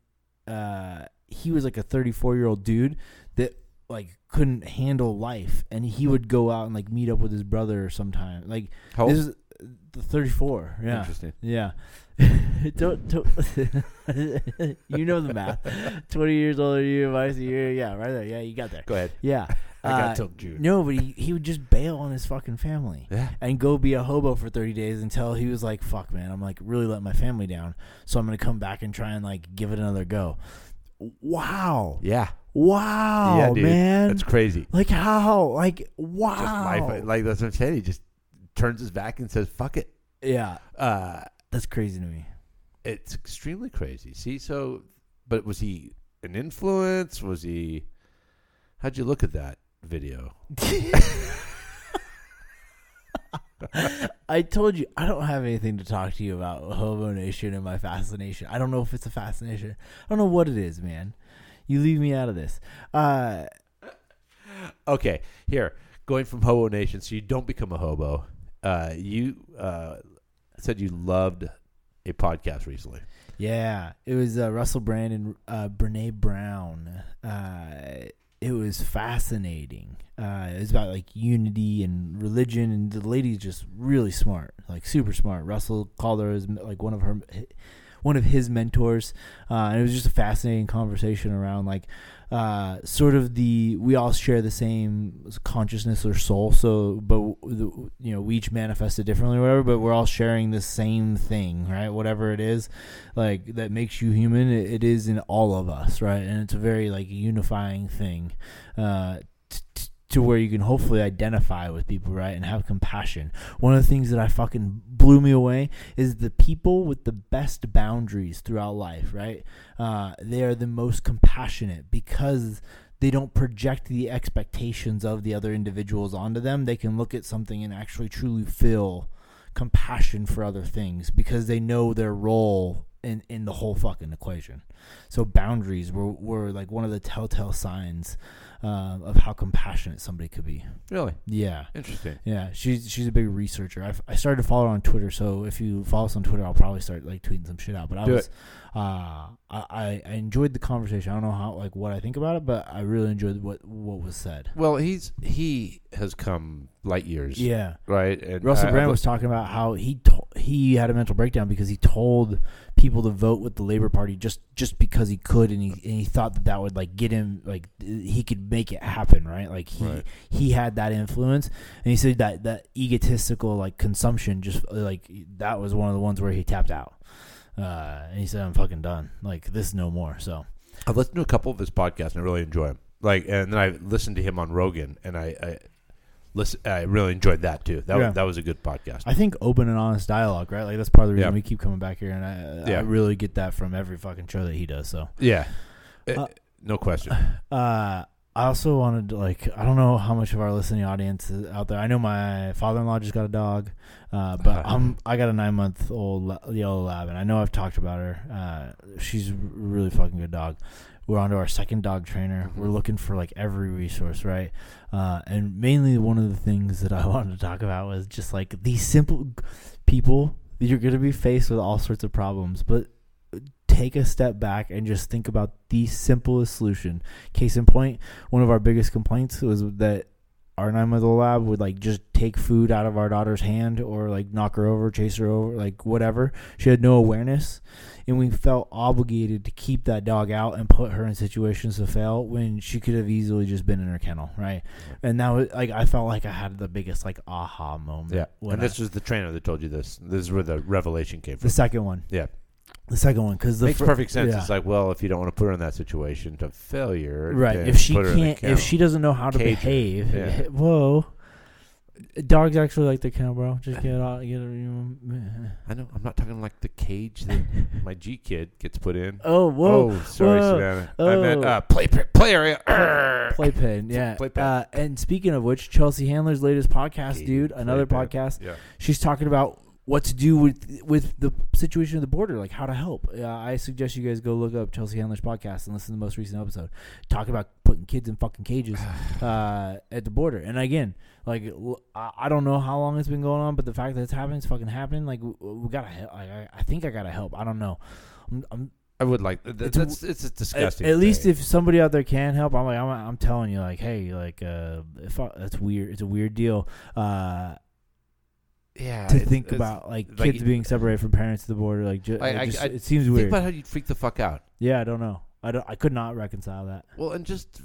C: uh, he was like a 34 year old dude that like couldn't handle life, and he would go out and like meet up with his brother sometime. Like
B: How
C: this is the 34, yeah,
B: Oh. interesting.
C: yeah. <laughs> don't, don't <laughs> you know
B: <laughs>
C: the math? 20 years older than you, minus a year, yeah, right there, yeah, you got there,
B: Go ahead.
C: yeah.
B: I got
C: Uh,
B: till June.
C: No, but he, he would just bail on his fucking family
B: Yeah.
C: and go be a hobo for 30 days until he was like, fuck, man, I'm like really let my family down. So I'm going to come back and try and like give it another go. Wow.
B: Yeah.
C: Wow,
B: yeah, dude.
C: man.
B: That's crazy.
C: like how? Like, wow.
B: Just life. Like that's what I'm saying. He just turns his back and says, "Fuck it."
C: yeah.
B: Uh,
C: That's crazy to me.
B: it's extremely crazy. See, so, but was he an influence? Was he? How'd you look at that video?
C: <laughs> I told you I don't have anything to talk to you about Hobo Nation and my fascination. I don't know if it's a fascination. I don't know what it is, man. You leave me out of this. Uh,
B: Okay, here going from hobo nation, so you don't become a hobo. Uh, you uh, said you loved a podcast recently.
C: Yeah, it was uh, Russell Brand and uh, Brene Brown. Uh, it was fascinating. Uh, it was about like unity and religion, and the lady's just really smart, like super smart. Russell called her as like one of her, one of his mentors, uh, and it was just a fascinating conversation around like uh, sort of the we all share the same consciousness or soul, so but the, you know we each manifest it differently, or whatever. But we're all sharing the same thing, right? Whatever it is, like that makes you human. It, it is in all of us, right? And it's a very like unifying thing, uh, t- t- to where you can hopefully identify with people, right, and have compassion. One of the things that I fucking blew me away is the people with the best boundaries throughout life, right? Uh, they are the most compassionate because they don't project the expectations of the other individuals onto them. They can look at something and actually truly feel compassion for other things because they know their role in, in the whole fucking equation. So boundaries were, were like one of the telltale signs uh, of how compassionate somebody could be.
B: Really
C: Yeah.
B: interesting.
C: Yeah, she's she's a big researcher. I, f- I started to follow her on Twitter, so if you follow us on Twitter, I'll probably start like tweeting some shit out. But I
B: Do
C: was, uh, I- I I enjoyed the conversation. I don't know how like what I think about it, but I really enjoyed what what was said.
B: Well, he's he has come light years.
C: Yeah,
B: Right. And
C: Russell
B: I-
C: Brand
B: I've-
C: was talking about how he to- he had a mental breakdown because he told people to vote with the Labor Party just just because he could, and he and he thought that that would like get him like th- he could make it happen, right? Like he
B: Right.
C: he had that influence, and he said that that egotistical like consumption just like that was one of the ones where he tapped out. Uh, and he said, "I'm fucking done. Like this is no more." So
B: I've listened to a couple of his podcasts and I really enjoy him. Like, and then I listened to him on Rogan, and I, I listen. I really enjoyed that too. That
C: Yeah.
B: was, that was a good podcast.
C: I think open and honest dialogue, right? Like that's part of the reason
B: Yeah.
C: we keep coming back here, and I
B: Yeah.
C: I really get that from every fucking show that he does. So.
B: yeah, Eh,
C: Uh,
B: no
C: <laughs>
B: question.
C: Uh, I also wanted to like I don't know how much of our listening audience is out there. I know my father-in-law just got a dog, uh, but I'm I got a nine-month-old la- yellow lab, and I know I've talked about her. Uh, she's a really fucking good dog. We're onto our second dog trainer. We're looking for like every resource, right? Uh, and mainly one of the things that <laughs> I wanted to talk about was just like these simple g- people. You're gonna be faced with all sorts of problems, but uh, take a step back and just think about the simplest solution. Case in point, one of our biggest complaints was that our nine month old lab would like just take food out of our daughter's hand or like knock her over, chase her over, like whatever. She had no awareness. And we felt obligated to keep that dog out and put her in situations to fail when she could have easily just been in her kennel, right? And that was like I felt like I had the biggest like aha moment.
B: Yeah,
C: when
B: and
C: I-
B: this was the trainer that told you this. This is where the revelation came from.
C: the second one,
B: yeah,
C: the second one, because the
B: makes
C: fir-
B: perfect sense.
C: yeah.
B: It's like, well, if you don't want to put her in that situation to failure,
C: right
B: then
C: if she
B: put her in the
C: can't
B: kennel.
C: if she doesn't know how to
B: Cage her.
C: behave
B: Yeah.
C: <laughs> whoa dogs actually like the kennel bro just get out get you know,
B: I know. I'm not talking like the cage
C: <laughs>
B: that my G kid gets put in.
C: oh whoa
B: oh, sorry,
C: whoa,
B: Savannah. I meant
C: oh.
B: uh, play play area. Arrgh.
C: playpen yeah
B: Playpen.
C: Uh, and speaking of which chelsea handler's latest podcast
B: Dude,
C: dude another
B: playpen.
C: podcast
B: Yeah.
C: she's talking about what to do with with the situation of the border, like how to help. Uh, I suggest you guys go look up Chelsea Handler's podcast and listen to the most recent episode. Talk about putting kids in fucking cages uh, at the border. And again, like l- I I don't know how long it's been going on, but the fact that it's happening, it's fucking happening. Like we, we gotta, he- I, I- I think I gotta help. I don't know. I'm, I'm,
B: I would like th-
C: It's
B: th-
C: a-
B: that's it's a
C: at,
B: disgusting.
C: at least
B: thing.
C: if somebody out there can help, I'm like I'm, I'm telling you, like hey, like uh, if I, that's weird. It's a weird deal. Uh,
B: yeah
C: to
B: it's-
C: think
B: it's-
C: about like
B: like-
C: kids being separated from parents at the border like, ju-
B: I-
C: it
B: I-
C: just-
B: I
C: it seems
B: think
C: weird
B: about how you'd freak the fuck out.
C: yeah i don't know i don't i could not reconcile that
B: Well, and just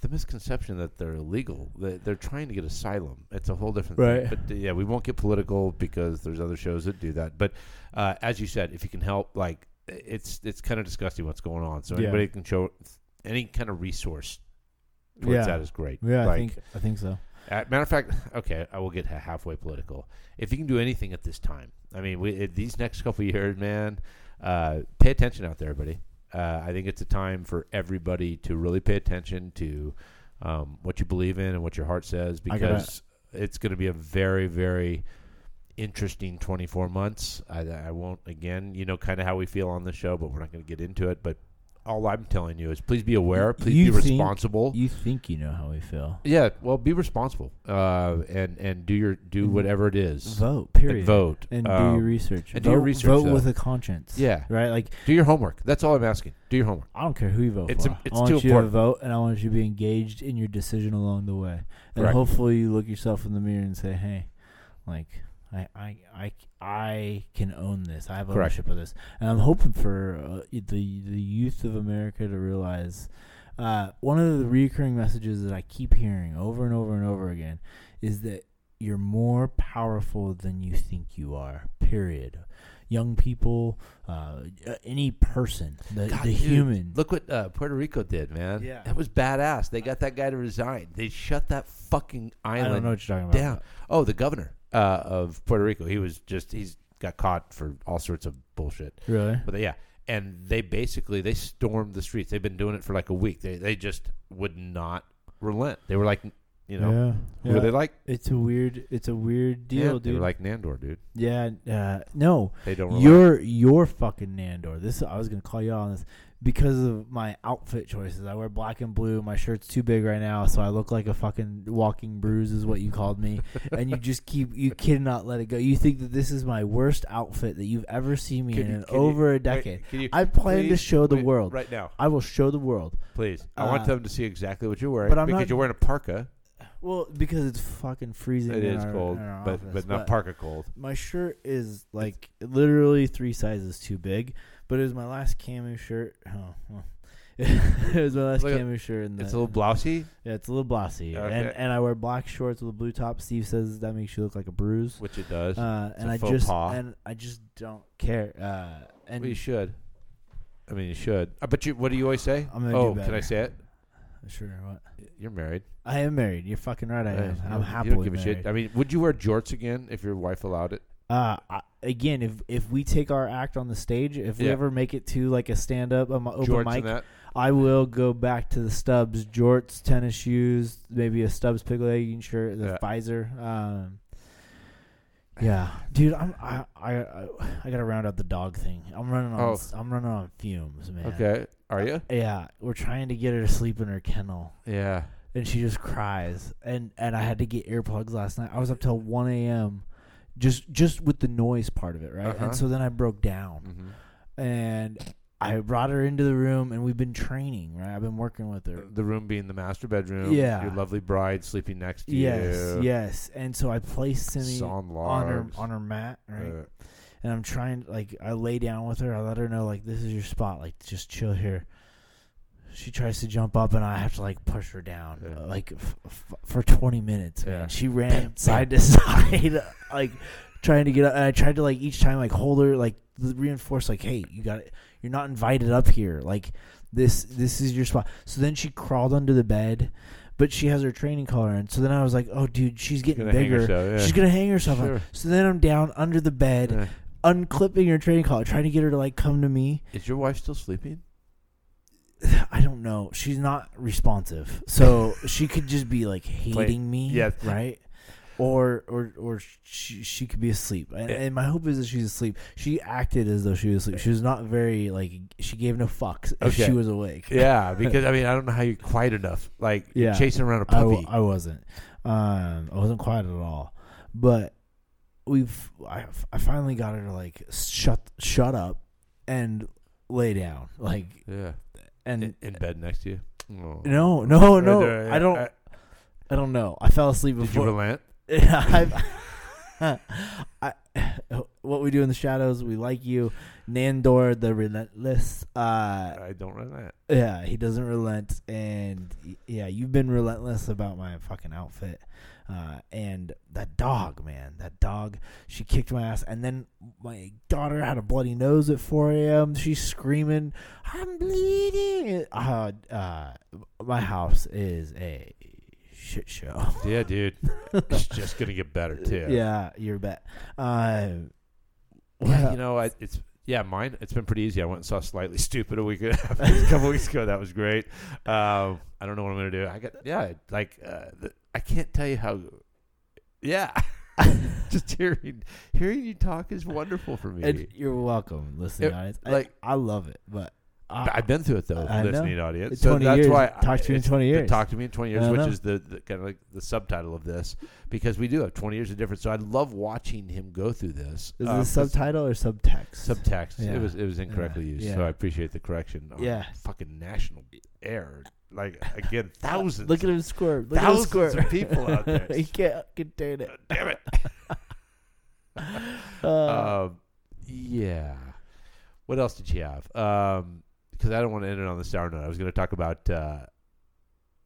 B: the misconception that they're illegal. That they're trying to get asylum. It's a whole different
C: Right.
B: thing. But uh, yeah, we won't get political because there's other shows that do that. But uh, as you said, if you can help, like it's it's kind of disgusting what's going on. So
C: Yeah.
B: anybody can show any kind of resource towards
C: Yeah.
B: that is great.
C: yeah i
B: Like,
C: think i think so
B: uh, matter of fact, <laughs> okay, I will get ha- halfway political. If you can do anything at this time, I mean, we, it, these next couple years, man, uh, pay attention out there, buddy. Uh, I think it's a time for everybody to really pay attention to um, what you believe in and what your heart says
C: I gotta-
B: because it's going to be a very, very interesting 24 months. I, I won't, again, you know, kind of how we feel on the show, but we're not going to get into it. But all I'm telling you is please be aware, please
C: You
B: be
C: think-
B: responsible.
C: you think you know how we feel
B: Yeah, well, be responsible uh, and and do your do
C: And
B: whatever it is.
C: Mm-hmm. vote
B: And
C: period
B: vote
C: and do
B: Um,
C: your research
B: and
C: vote,
B: do your research,
C: vote
B: though.
C: with a conscience
B: Yeah,
C: right like
B: do your homework. That's all I'm asking. Do your homework.
C: i don't care who you vote
B: It's
C: for
B: im- it's
C: i want
B: too
C: you
B: important.
C: to vote and i want you to be engaged in your decision along the way and
B: Correct.
C: hopefully you look yourself in the mirror and say hey like I, I, I, I can own this. I have
B: Correct.
C: ownership of this, and I'm hoping for uh, the the youth of America to realize uh, one of the recurring messages that I keep hearing over and over and over again is that you're more powerful than you think you are. Period. Young people, uh, any person, the,
B: God,
C: the
B: dude,
C: human.
B: Look what uh, Puerto Rico did, man.
C: Yeah.
B: that was badass. They got that guy to resign. They shut that fucking
C: I
B: island
C: don't know what you're talking about.
B: down. Oh, the governor uh, of Puerto Rico. He was just he's got caught for all sorts of bullshit.
C: Really?
B: But yeah, and they basically they stormed the streets. They've been doing it for like a week. They they just would not relent. They were like, you know,
C: yeah.
B: who are they like?
C: It's a weird. It's a weird
B: Yeah,
C: deal,
B: They
C: dude.
B: were like Nandor, dude.
C: yeah. Uh, no,
B: They don't. relent.
C: you're you're fucking Nandor. This I was gonna call you out on this because of my outfit choices. I wear black and blue. My shirt's too big right now, so I look like a fucking walking bruise, is what you
B: <laughs>
C: called me. and you just keep you cannot let it go. You think that this is my worst outfit that you've ever seen me
B: Can
C: in
B: you-
C: in
B: can you-
C: over a
B: wait,
C: decade.
B: can you
C: I plan to
B: please-
C: show the
B: wait,
C: world.
B: right now,
C: I will show the world.
B: please. I want
C: Uh,
B: them to see exactly what you're wearing
C: but I'm
B: because
C: not-
B: you're wearing a parka.
C: Well, because it's fucking freezing.
B: It
C: in
B: is
C: our-
B: cold,
C: in our
B: but
C: office,
B: but not parka cold.
C: my shirt is like literally three sizes too big, but it was my last camo shirt. Oh, well. <laughs> it was my last
B: Look at-
C: camo shirt. And
B: It's a little blousy
C: yeah, it's a little blossy,
B: Okay.
C: and and I wear black shorts with a blue top. Steve says that makes you look like a bruise,
B: which it does.
C: uh,
B: it's
C: and
B: a
C: I
B: faux
C: just
B: pas.
C: and I just don't care. Uh, and
B: well, you should. I mean, you should. Uh, but you, what do you always say?
C: I'm gonna do
B: oh, can I
C: better.
B: say it?
C: sure, what
B: You're married.
C: I am married. You're fucking right. I
B: Uh, you
C: am.
B: don't-
C: I'm happily
B: You don't give
C: married.
B: a shit. I mean, would you wear jorts again if your wife allowed it?
C: uh, I, again, if if we take our act on the stage, if we
B: Yeah.
C: ever make it to like a stand up, um, open
B: jorts
C: mic,
B: and that.
C: I will go back to the Stubbs jorts, tennis shoes, maybe a Stubbs pig legging shirt, the
B: Yeah.
C: visor. Um, yeah, dude, I'm I, I I I gotta round out the dog thing. I'm running on
B: Oh.
C: s- I'm running on fumes, man.
B: Okay. Are you?
C: Yeah, we're trying to get her to sleep in her kennel,
B: Yeah.
C: and she just cries. And and I had to get earplugs last night. I was up till one a.m. just just with the noise part of it, right?
B: Uh-huh.
C: And so then I broke down
B: hmm
C: and I brought her into the room, and we've been training. Right, I've been working with her.
B: The room being the master bedroom.
C: Yeah.
B: Your lovely bride sleeping next to
C: Yes,
B: you.
C: yes. And so I placed Simi
B: Sawn
C: on her
B: logs.
C: on her mat, right?
B: Uh,
C: and I'm trying, like, I lay down with her. I let her know, like, this is your spot. Like, just chill here. She tries to jump up, and I have to like push her down,
B: Yeah.
C: uh, like f- f- for 20 minutes. Man,
B: Yeah.
C: she ran side to <laughs> side, like trying to get up. And I tried to like each time like hold her, like l- reinforce, like, hey, you got it. You're not invited up here. Like this, this is your spot. So then she crawled under the bed, but she has her training collar in. So then I was like, oh, dude, she's getting
B: gonna hang
C: bigger.
B: herself, yeah.
C: She's gonna hang herself. up.
B: Sure.
C: So then I'm down under the bed,
B: Yeah.
C: unclipping her training collar, trying to get her to like come to me. <sighs>
B: Is your wife still sleeping?
C: I don't know.
B: <laughs>
C: She's not responsive, so she could just be like hating me,
B: Yes.
C: right? or or or she, she could be asleep. And, and my hope is that she's asleep. She acted as though she was asleep. She was not very like she gave no fucks if
B: Okay.
C: she was awake.
B: <laughs> Yeah, because I mean, I don't know how you're quiet enough. Like you're
C: Yeah.
B: chasing around a
C: I, w-
B: puppy.
C: I wasn't. Um, I wasn't quiet at all. But we've I, I finally got her to like shut shut up and lay down. Like
B: yeah,
C: and
B: in, in bed next to you. Oh.
C: no, no,
B: Right
C: no.
B: there, yeah.
C: I don't. I,
B: Uh,
C: don't know. I fell asleep
B: did you
C: before.
B: relent?
C: <laughs> I, I, <sighs> what we do in the shadows, we like you, Nandor the relentless. Uh,
B: I don't relent.
C: yeah, he doesn't relent, and y- yeah, you've been relentless about my fucking outfit, uh, and that dog, man, that dog. She kicked my ass, and then my daughter had a bloody nose at 4 a.m. She's screaming, "I'm bleeding!" Uh, uh, my house is a shit show.
B: <laughs> Yeah, dude, it's just gonna get better too.
C: <laughs> Yeah, your bet. Uh,
B: Yeah, you know, I, it's yeah, mine. It's been pretty easy. I went and saw Slightly <laughs> Stupid a week, a couple weeks ago. That was great. Um, I don't know what I'm gonna do. I got yeah, like uh, the, I can't tell you how. Yeah, <laughs> just hearing hearing you talk is wonderful for me.
C: and you're welcome, listening
B: It-
C: audience.
B: like-
C: Like I, I love it, but uh,
B: But I've been through it though,
C: I know.
B: listening audience.
C: It's
B: So
C: 20
B: that's
C: years.
B: why
C: Talk to you in
B: it's
C: 20
B: the
C: years.
B: Talk to me in twenty years,
C: I
B: which
C: know.
B: is the, the kind of like the subtitle of this, because we do have twenty years of difference. So I love watching him go through this.
C: is
B: Um,
C: this subtitle or subtext?
B: subtext.
C: Yeah.
B: It was it was incorrectly used, so
C: Yeah.
B: I appreciate the correction. on
C: Yeah.
B: fucking national air. Like
C: <laughs>
B: again, thousands.
C: Look at him squirt. Look
B: Thousands
C: at him squirt.
B: of people out there.
C: <laughs> he can't contain it.
B: God damn it.
C: Uh,
B: um, yeah. What else did you have? Um, because I don't want to end it on the sour note. I was going to talk about uh,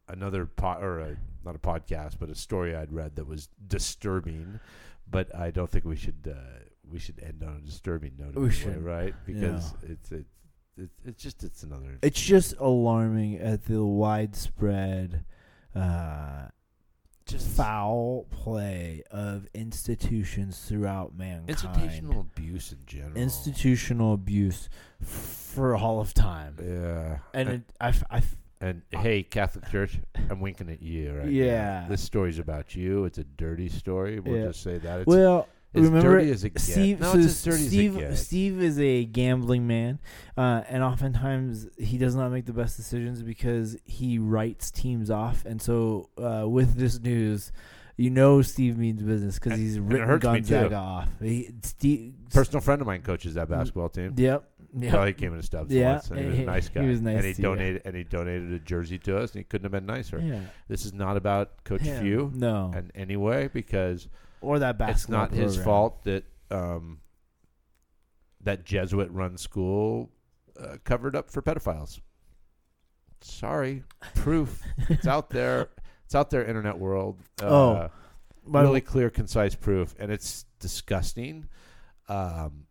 B: another po- or a, not a podcast, but a story I'd read that was disturbing. But I don't think we should uh, we should end on a disturbing note.
C: We
B: anyway,
C: should.
B: right? Because it's it's it's it's just it's another.
C: it's just alarming at the widespread. Uh,
B: just
C: foul play of institutions throughout mankind.
B: institutional abuse in general.
C: institutional abuse for all of time.
B: yeah, and
C: And it, I, f- I f-
B: and, hey, Catholic Church, I'm winking at you right. now.
C: Yeah.
B: this story's about you. It's a dirty story. We'll
C: Yeah.
B: just say that. It's
C: well,
B: as
C: remember
B: dirty as it gets.
C: Steve.
B: no,
C: so
B: it's as dirty
C: Steve,
B: as it gets.
C: Steve is a gambling man, uh, and oftentimes he does not make the best decisions because he writes teams off. And so, uh, with this news, you know Steve means business because
B: And-
C: he's
B: and it
C: written
B: hurts me too.
C: Gonzaga off. He, Steve,
B: Personal friend of mine coaches that basketball team.
C: Yep. Yep.
B: Well, he came in a Stubbs
C: Mm. Yeah,
B: once, and he was a
C: he-
B: nice
C: he
B: guy.
C: was nice
B: and he
C: to you.
B: donated and he donated a jersey to us, and he couldn't have been nicer.
C: yeah.
B: This is not about Coach
C: Yeah.
B: Few
C: No.
B: in any way because
C: or that basketball.
B: it's not his
C: program.
B: fault that um, that Jesuit run school uh, covered up for pedophiles. Sorry,
C: <laughs>
B: proof it's out there. It's out there, internet world. Uh,
C: Oh, By the
B: really clear, concise proof, and it's disgusting um,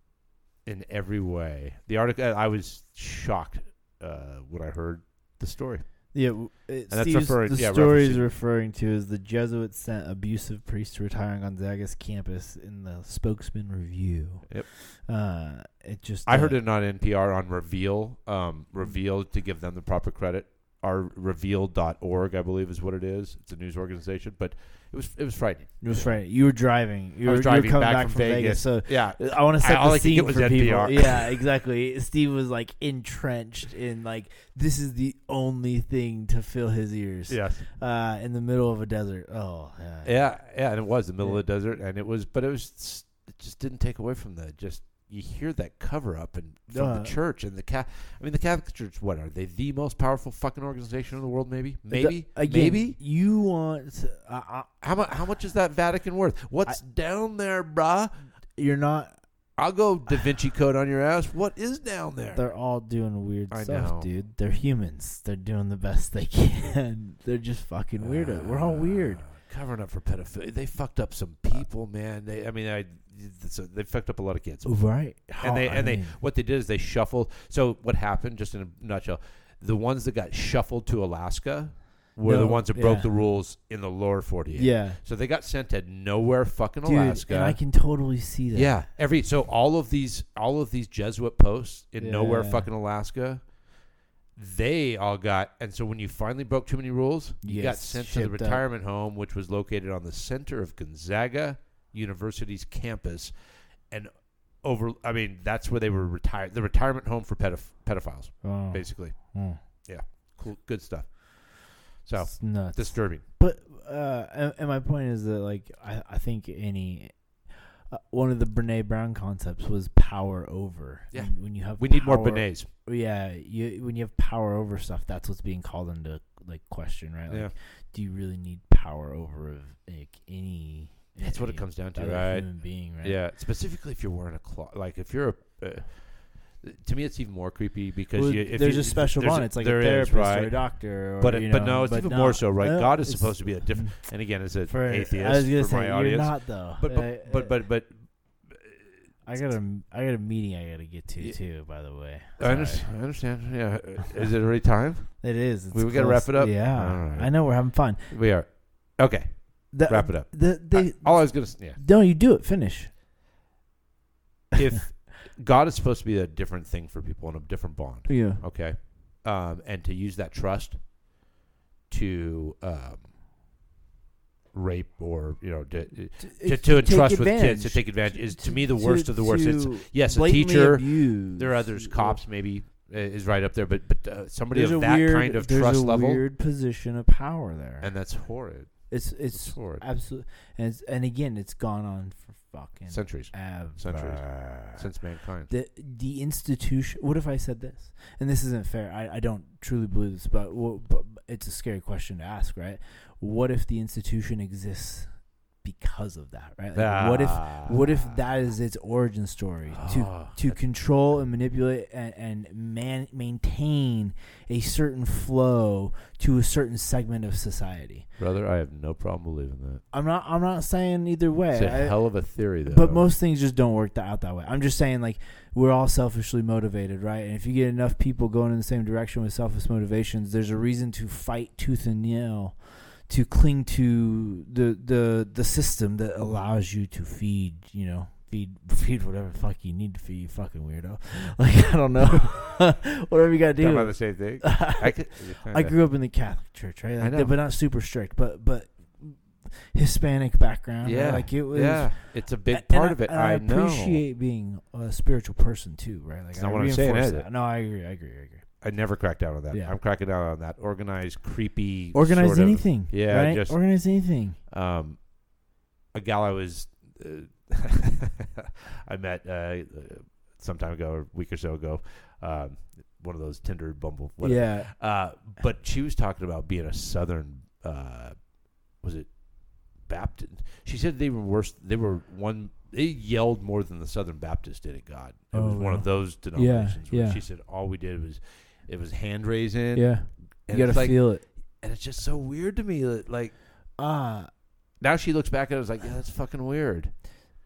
B: in every way. The article, I was shocked uh, when I heard the story.
C: Yeah, w- it,
B: that's
C: Steve's,
B: referring-
C: the
B: yeah,
C: story is
B: referencing-
C: referring to is the Jesuits sent abusive priest to retire on Gonzaga's campus in the Spokesman Review.
B: Yep.
C: Uh, it just
B: I heard it on NPR on Reveal, um, Reveal to give them the proper credit. Our reveal.org, I believe, is what it is. It's a news organization, but it was it was frightening.
C: It was right. You were driving.
B: I
C: You were,
B: was driving
C: you were coming
B: back
C: back,
B: from
C: from, Vegas.
B: Vegas.
C: so
B: Yeah,
C: uh, I want to set
B: all I
C: the
B: could get
C: scene
B: was
C: for people.
B: NPR.
C: Yeah, exactly. Steve was like entrenched in like this is the only thing to fill his ears.
B: yes,
C: Uh, in the middle of a desert. Oh. Yeah.
B: yeah, yeah. And it was the middle of the desert, and it was, but it was, it just didn't take away from the just. You hear that cover up and from
C: Uh,
B: the church and the cat. I mean, the Catholic Church. What are they? The most powerful fucking organization in the world? Maybe, maybe,
C: Again,
B: maybe.
C: you want. uh, I I
B: How much? How much is that Vatican worth? What's down there, brah?
C: you're not
B: I'll go Da Vinci Code on your ass. What is down there?
C: They're all doing weird
B: I
C: stuff,
B: know.
C: dude. They're humans. Theyey're doing the best they <laughs> can. They're just fucking weirdo. We're all weird.
B: Ah, Covering up for pedophilia. They fucked up some people, man. They, I mean, I, so they fucked up a lot of kids.
C: Right.
B: Uh,
C: Oh,
B: and they
C: I
B: and they
C: mean,
B: what they did is they shuffled. So what happened? Just in a nutshell, the ones that got shuffled to Alaska were the
C: No,
B: ones that broke
C: yeah.
B: the rules in the lower forty-eight.
C: Yeah.
B: So they got sent to nowhere fucking
C: Dude,
B: Alaska.
C: and I can totally see that.
B: yeah. Every so all of these all of these Jesuit posts in nowhere
C: Yeah.
B: fucking Alaska. they all got and so when you finally broke too many rules you got
C: Yes,
B: sent to the
C: shipped out.
B: retirement home which was located on the center of gonzaga university's campus and over i mean that's where they were retired the retirement home for pedoph- pedophiles
C: Oh,
B: basically
C: oh.
B: cool good stuff so
C: It's nuts.
B: disturbing
C: But uh, and, and my point is that like I, I think any uh, one of the Brene Brown concepts was power over.
B: Yeah.
C: And when you have
B: we need more
C: power-
B: benets
C: Yeah, you when you have power over stuff, that's what's being called into like question, right? Like,
B: yeah
C: Do you really need power over of like any?
B: that's what it
C: any
B: comes down to
C: other
B: right
C: Human being, right?
B: Yeah, specifically if you're wearing a cloth. Like if you're a, uh, to me, it's even more creepy because
C: Well,
B: you, if
C: there's
B: you-
C: a special
B: there's
C: one. It's like
B: there
C: a
B: is,
C: therapist or
B: right?
C: a doctor. Or,
B: But it-
C: you
B: but no,
C: know,
B: it's even more so, right?
C: no,
B: God is
C: it's-
B: supposed to be a different- And again, as an
C: <laughs> For
B: atheist,
C: I was gonna
B: for
C: say
B: my
C: you're
B: audience.
C: not uh, though.
B: but,
C: I-
B: but, but but but
C: I got a m- I got a meeting I got to get to
B: Yeah.
C: too. By the way,
B: I
C: uh, Sorry.
B: understand. I understand. Yeah, uh, is it already time?
C: It is. It's
B: We- we gotta wrap
C: close.
B: it up?
C: Yeah,
B: All right.
C: I know we're having fun.
B: We are okay.
C: The,
B: Wrap it up.
C: The, Uh, they,
B: I- all I was gonna s- yeah.
C: no, you do it. Finish.
B: If God is supposed to be a different thing for people and a different bond,
C: Yeah.
B: okay um, and to use that trust to um, rape or you know to,
C: uh,
B: to, to entrust with kids to take advantage is to me the worst of the worst it's yes a teacher there are others cops maybe uh, is right up there but but uh, somebody
C: There's a
B: of that
C: weird,
B: kind of
C: there's
B: trust
C: a
B: level
C: weird position of power there,
B: and that's horrid
C: it's
B: it's
C: it's
B: horrid
C: absolutely and it's, and again it's gone on for fucking
B: centuries
C: ever.
B: centuries since mankind
C: the the institution. What if I said this? And this isn't fair. I, I don't truly believe this, but, wha- but but it's a scary question to ask, right? What if the institution exists because of that, right? Like, uh, What if what if that is its origin story to
B: Ah.
C: to control and manipulate and, and man, maintain a certain flow to a certain segment of society?
B: brother i have no problem believing that
C: I'm not I'm not saying either way.
B: it's a
C: I-
B: hell of a theory though
C: but most things just don't work that out that way. I'm just saying, like, we're all selfishly motivated, right? And if you get enough people going in the same direction with selfish motivations, there's a reason to fight tooth and nail to cling to the the the system that allows you to feed, you know, feed <laughs> feed whatever the fuck you need to feed, you fucking weirdo. <laughs> Like, I don't know, <laughs> whatever you gotta
B: Talking about
C: do.
B: the same
C: <laughs>
B: thing I,
C: I,
B: could,
C: grew up in the Catholic Church, right?
B: I
C: Like,
B: know.
C: but not super strict, but but. Hispanic background, right?
B: Yeah,
C: like it was,
B: yeah, it's a big
C: and
B: part
C: I-
B: of it.
C: and
B: I, know.
C: appreciate being a spiritual person too, right? Like
B: It's not what I'm saying,
C: reinforce
B: is
C: that.
B: it?
C: No, I agree. I agree. I agree.
B: I never cracked down on that.
C: Yeah.
B: I'm cracking down on that organized, creepy,
C: Organize
B: sort of-
C: anything.
B: yeah,
C: right?
B: just-
C: organize anything.
B: um, a gal I was, uh, <laughs> I met uh, some time ago, a week or so ago, um, one of those Tinder, Bumble, whatever.
C: Yeah,
B: Uh, but she was talking about being a Southern, uh, was it Baptist? She said they were worse. They were one. They yelled more than the Southern Baptists did at God. It
C: Oh,
B: was one
C: really?
B: of those denominations where
C: yeah.
B: she said all we did was it was hand raising.
C: yeah. You
B: and
C: gotta
B: it's like,
C: feel it.
B: and it's just so weird to me. that, Like
C: Ah,
B: now she looks back at it, it's like yeah, that's fucking weird.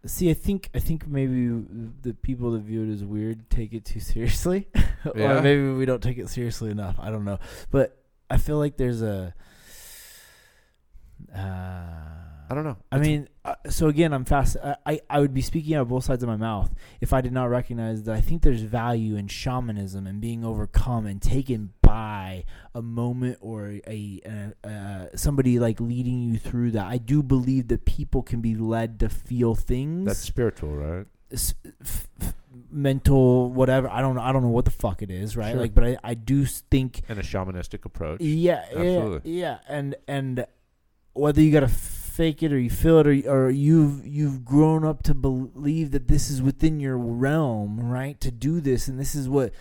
C: see, I think I think maybe the people that view it as weird take it too <laughs> seriously,
B: Yeah.
C: or maybe we don't take it seriously enough. I don't know, but I feel like there's a. Uh,
B: I don't know.
C: I mean, uh, so again, I'm fast. I, I I would be speaking out of both sides of my mouth if I did not recognize that I think there's value in shamanism and being overcome and taken by a moment or a, a, a somebody like leading you through that. I do believe that people can be led to feel things
B: That's spiritual, right?
C: s- f- f- mental whatever i don't know i don't know what the fuck it is right
B: Sure.
C: like but i i do s- think
B: And a shamanistic approach.
C: yeah,
B: Absolutely.
C: yeah, yeah, and and whether you gotta fake it or you feel it or you- or you've you've grown up to believe that this is within your realm, right? To do this and this is what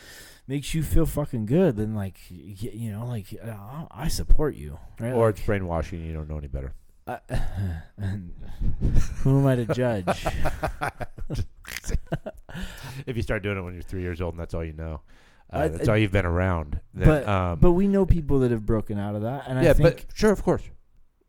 C: makes you feel fucking good. Then like y- you know, like uh, I support you, right?
B: Or
C: Like,
B: it's brainwashing. You don't know any better.
C: I, <laughs> who am I to judge?
B: <laughs> if you start doing it when you're three years old and that's all you know, uh,
C: I-
B: that's all you've been around. Then, um,
C: but we know people that have broken out of that, and
B: yeah,
C: I think.
B: but sure, of course.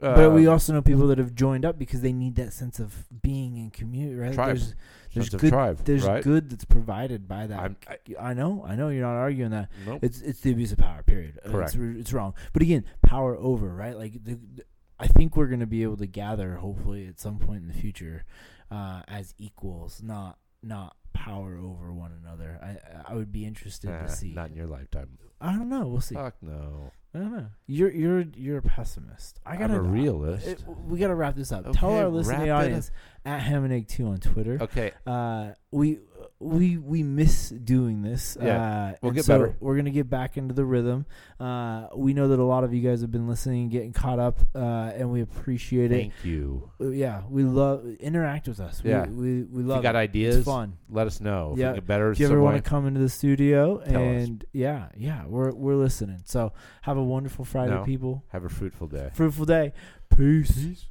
C: but we
B: Um,
C: also know people that have joined up because they need that sense of being in community, right?
B: Tribe.
C: There's, there's
B: sense of
C: good
B: tribe,
C: there's
B: right?
C: good that's provided by that.
B: I'm-
C: i know, I know, you're not arguing that.
B: Nope.
C: It's it's the abuse of power. Period. Uh,
B: Correct.
C: It's, it's wrong. But again, power over right. Like the, the- I think we're going to be able to gather hopefully at some point in the future uh, as equals, not not power over one another. I- I would be interested
B: Eh,
C: to see.
B: Not Uh, in your lifetime.
C: I don't know. We'll see.
B: Fuck no.
C: I don't know. You're you're you're a pessimist. I
B: I'm
C: gotta
B: a realist.
C: it- we gotta wrap this up. Tell
B: Okay,
C: our listening
B: wrap it
C: audience at Ham and Egg Two on Twitter.
B: okay.
C: Uh, we we we miss doing this.
B: Yeah,
C: uh,
B: we'll
C: and
B: get
C: so
B: better.
C: We're gonna get back into the rhythm. Uh, we know that a lot of you guys have been listening and getting caught up, uh, and we appreciate it.
B: Thank you.
C: Uh, Yeah, we love interact with us.
B: Yeah.
C: we we, we
B: If
C: love.
B: you got
C: it.
B: ideas,
C: It's fun.
B: let us know. If
C: Yeah.
B: we can get better
C: If you
B: some
C: ever want
B: way.
C: to come into the studio,
B: Tell us.
C: and yeah, yeah, we're we're listening. So have a wonderful Friday,
B: No.
C: people.
B: Have a fruitful day.
C: Fruitful day. Peace.
B: Peace.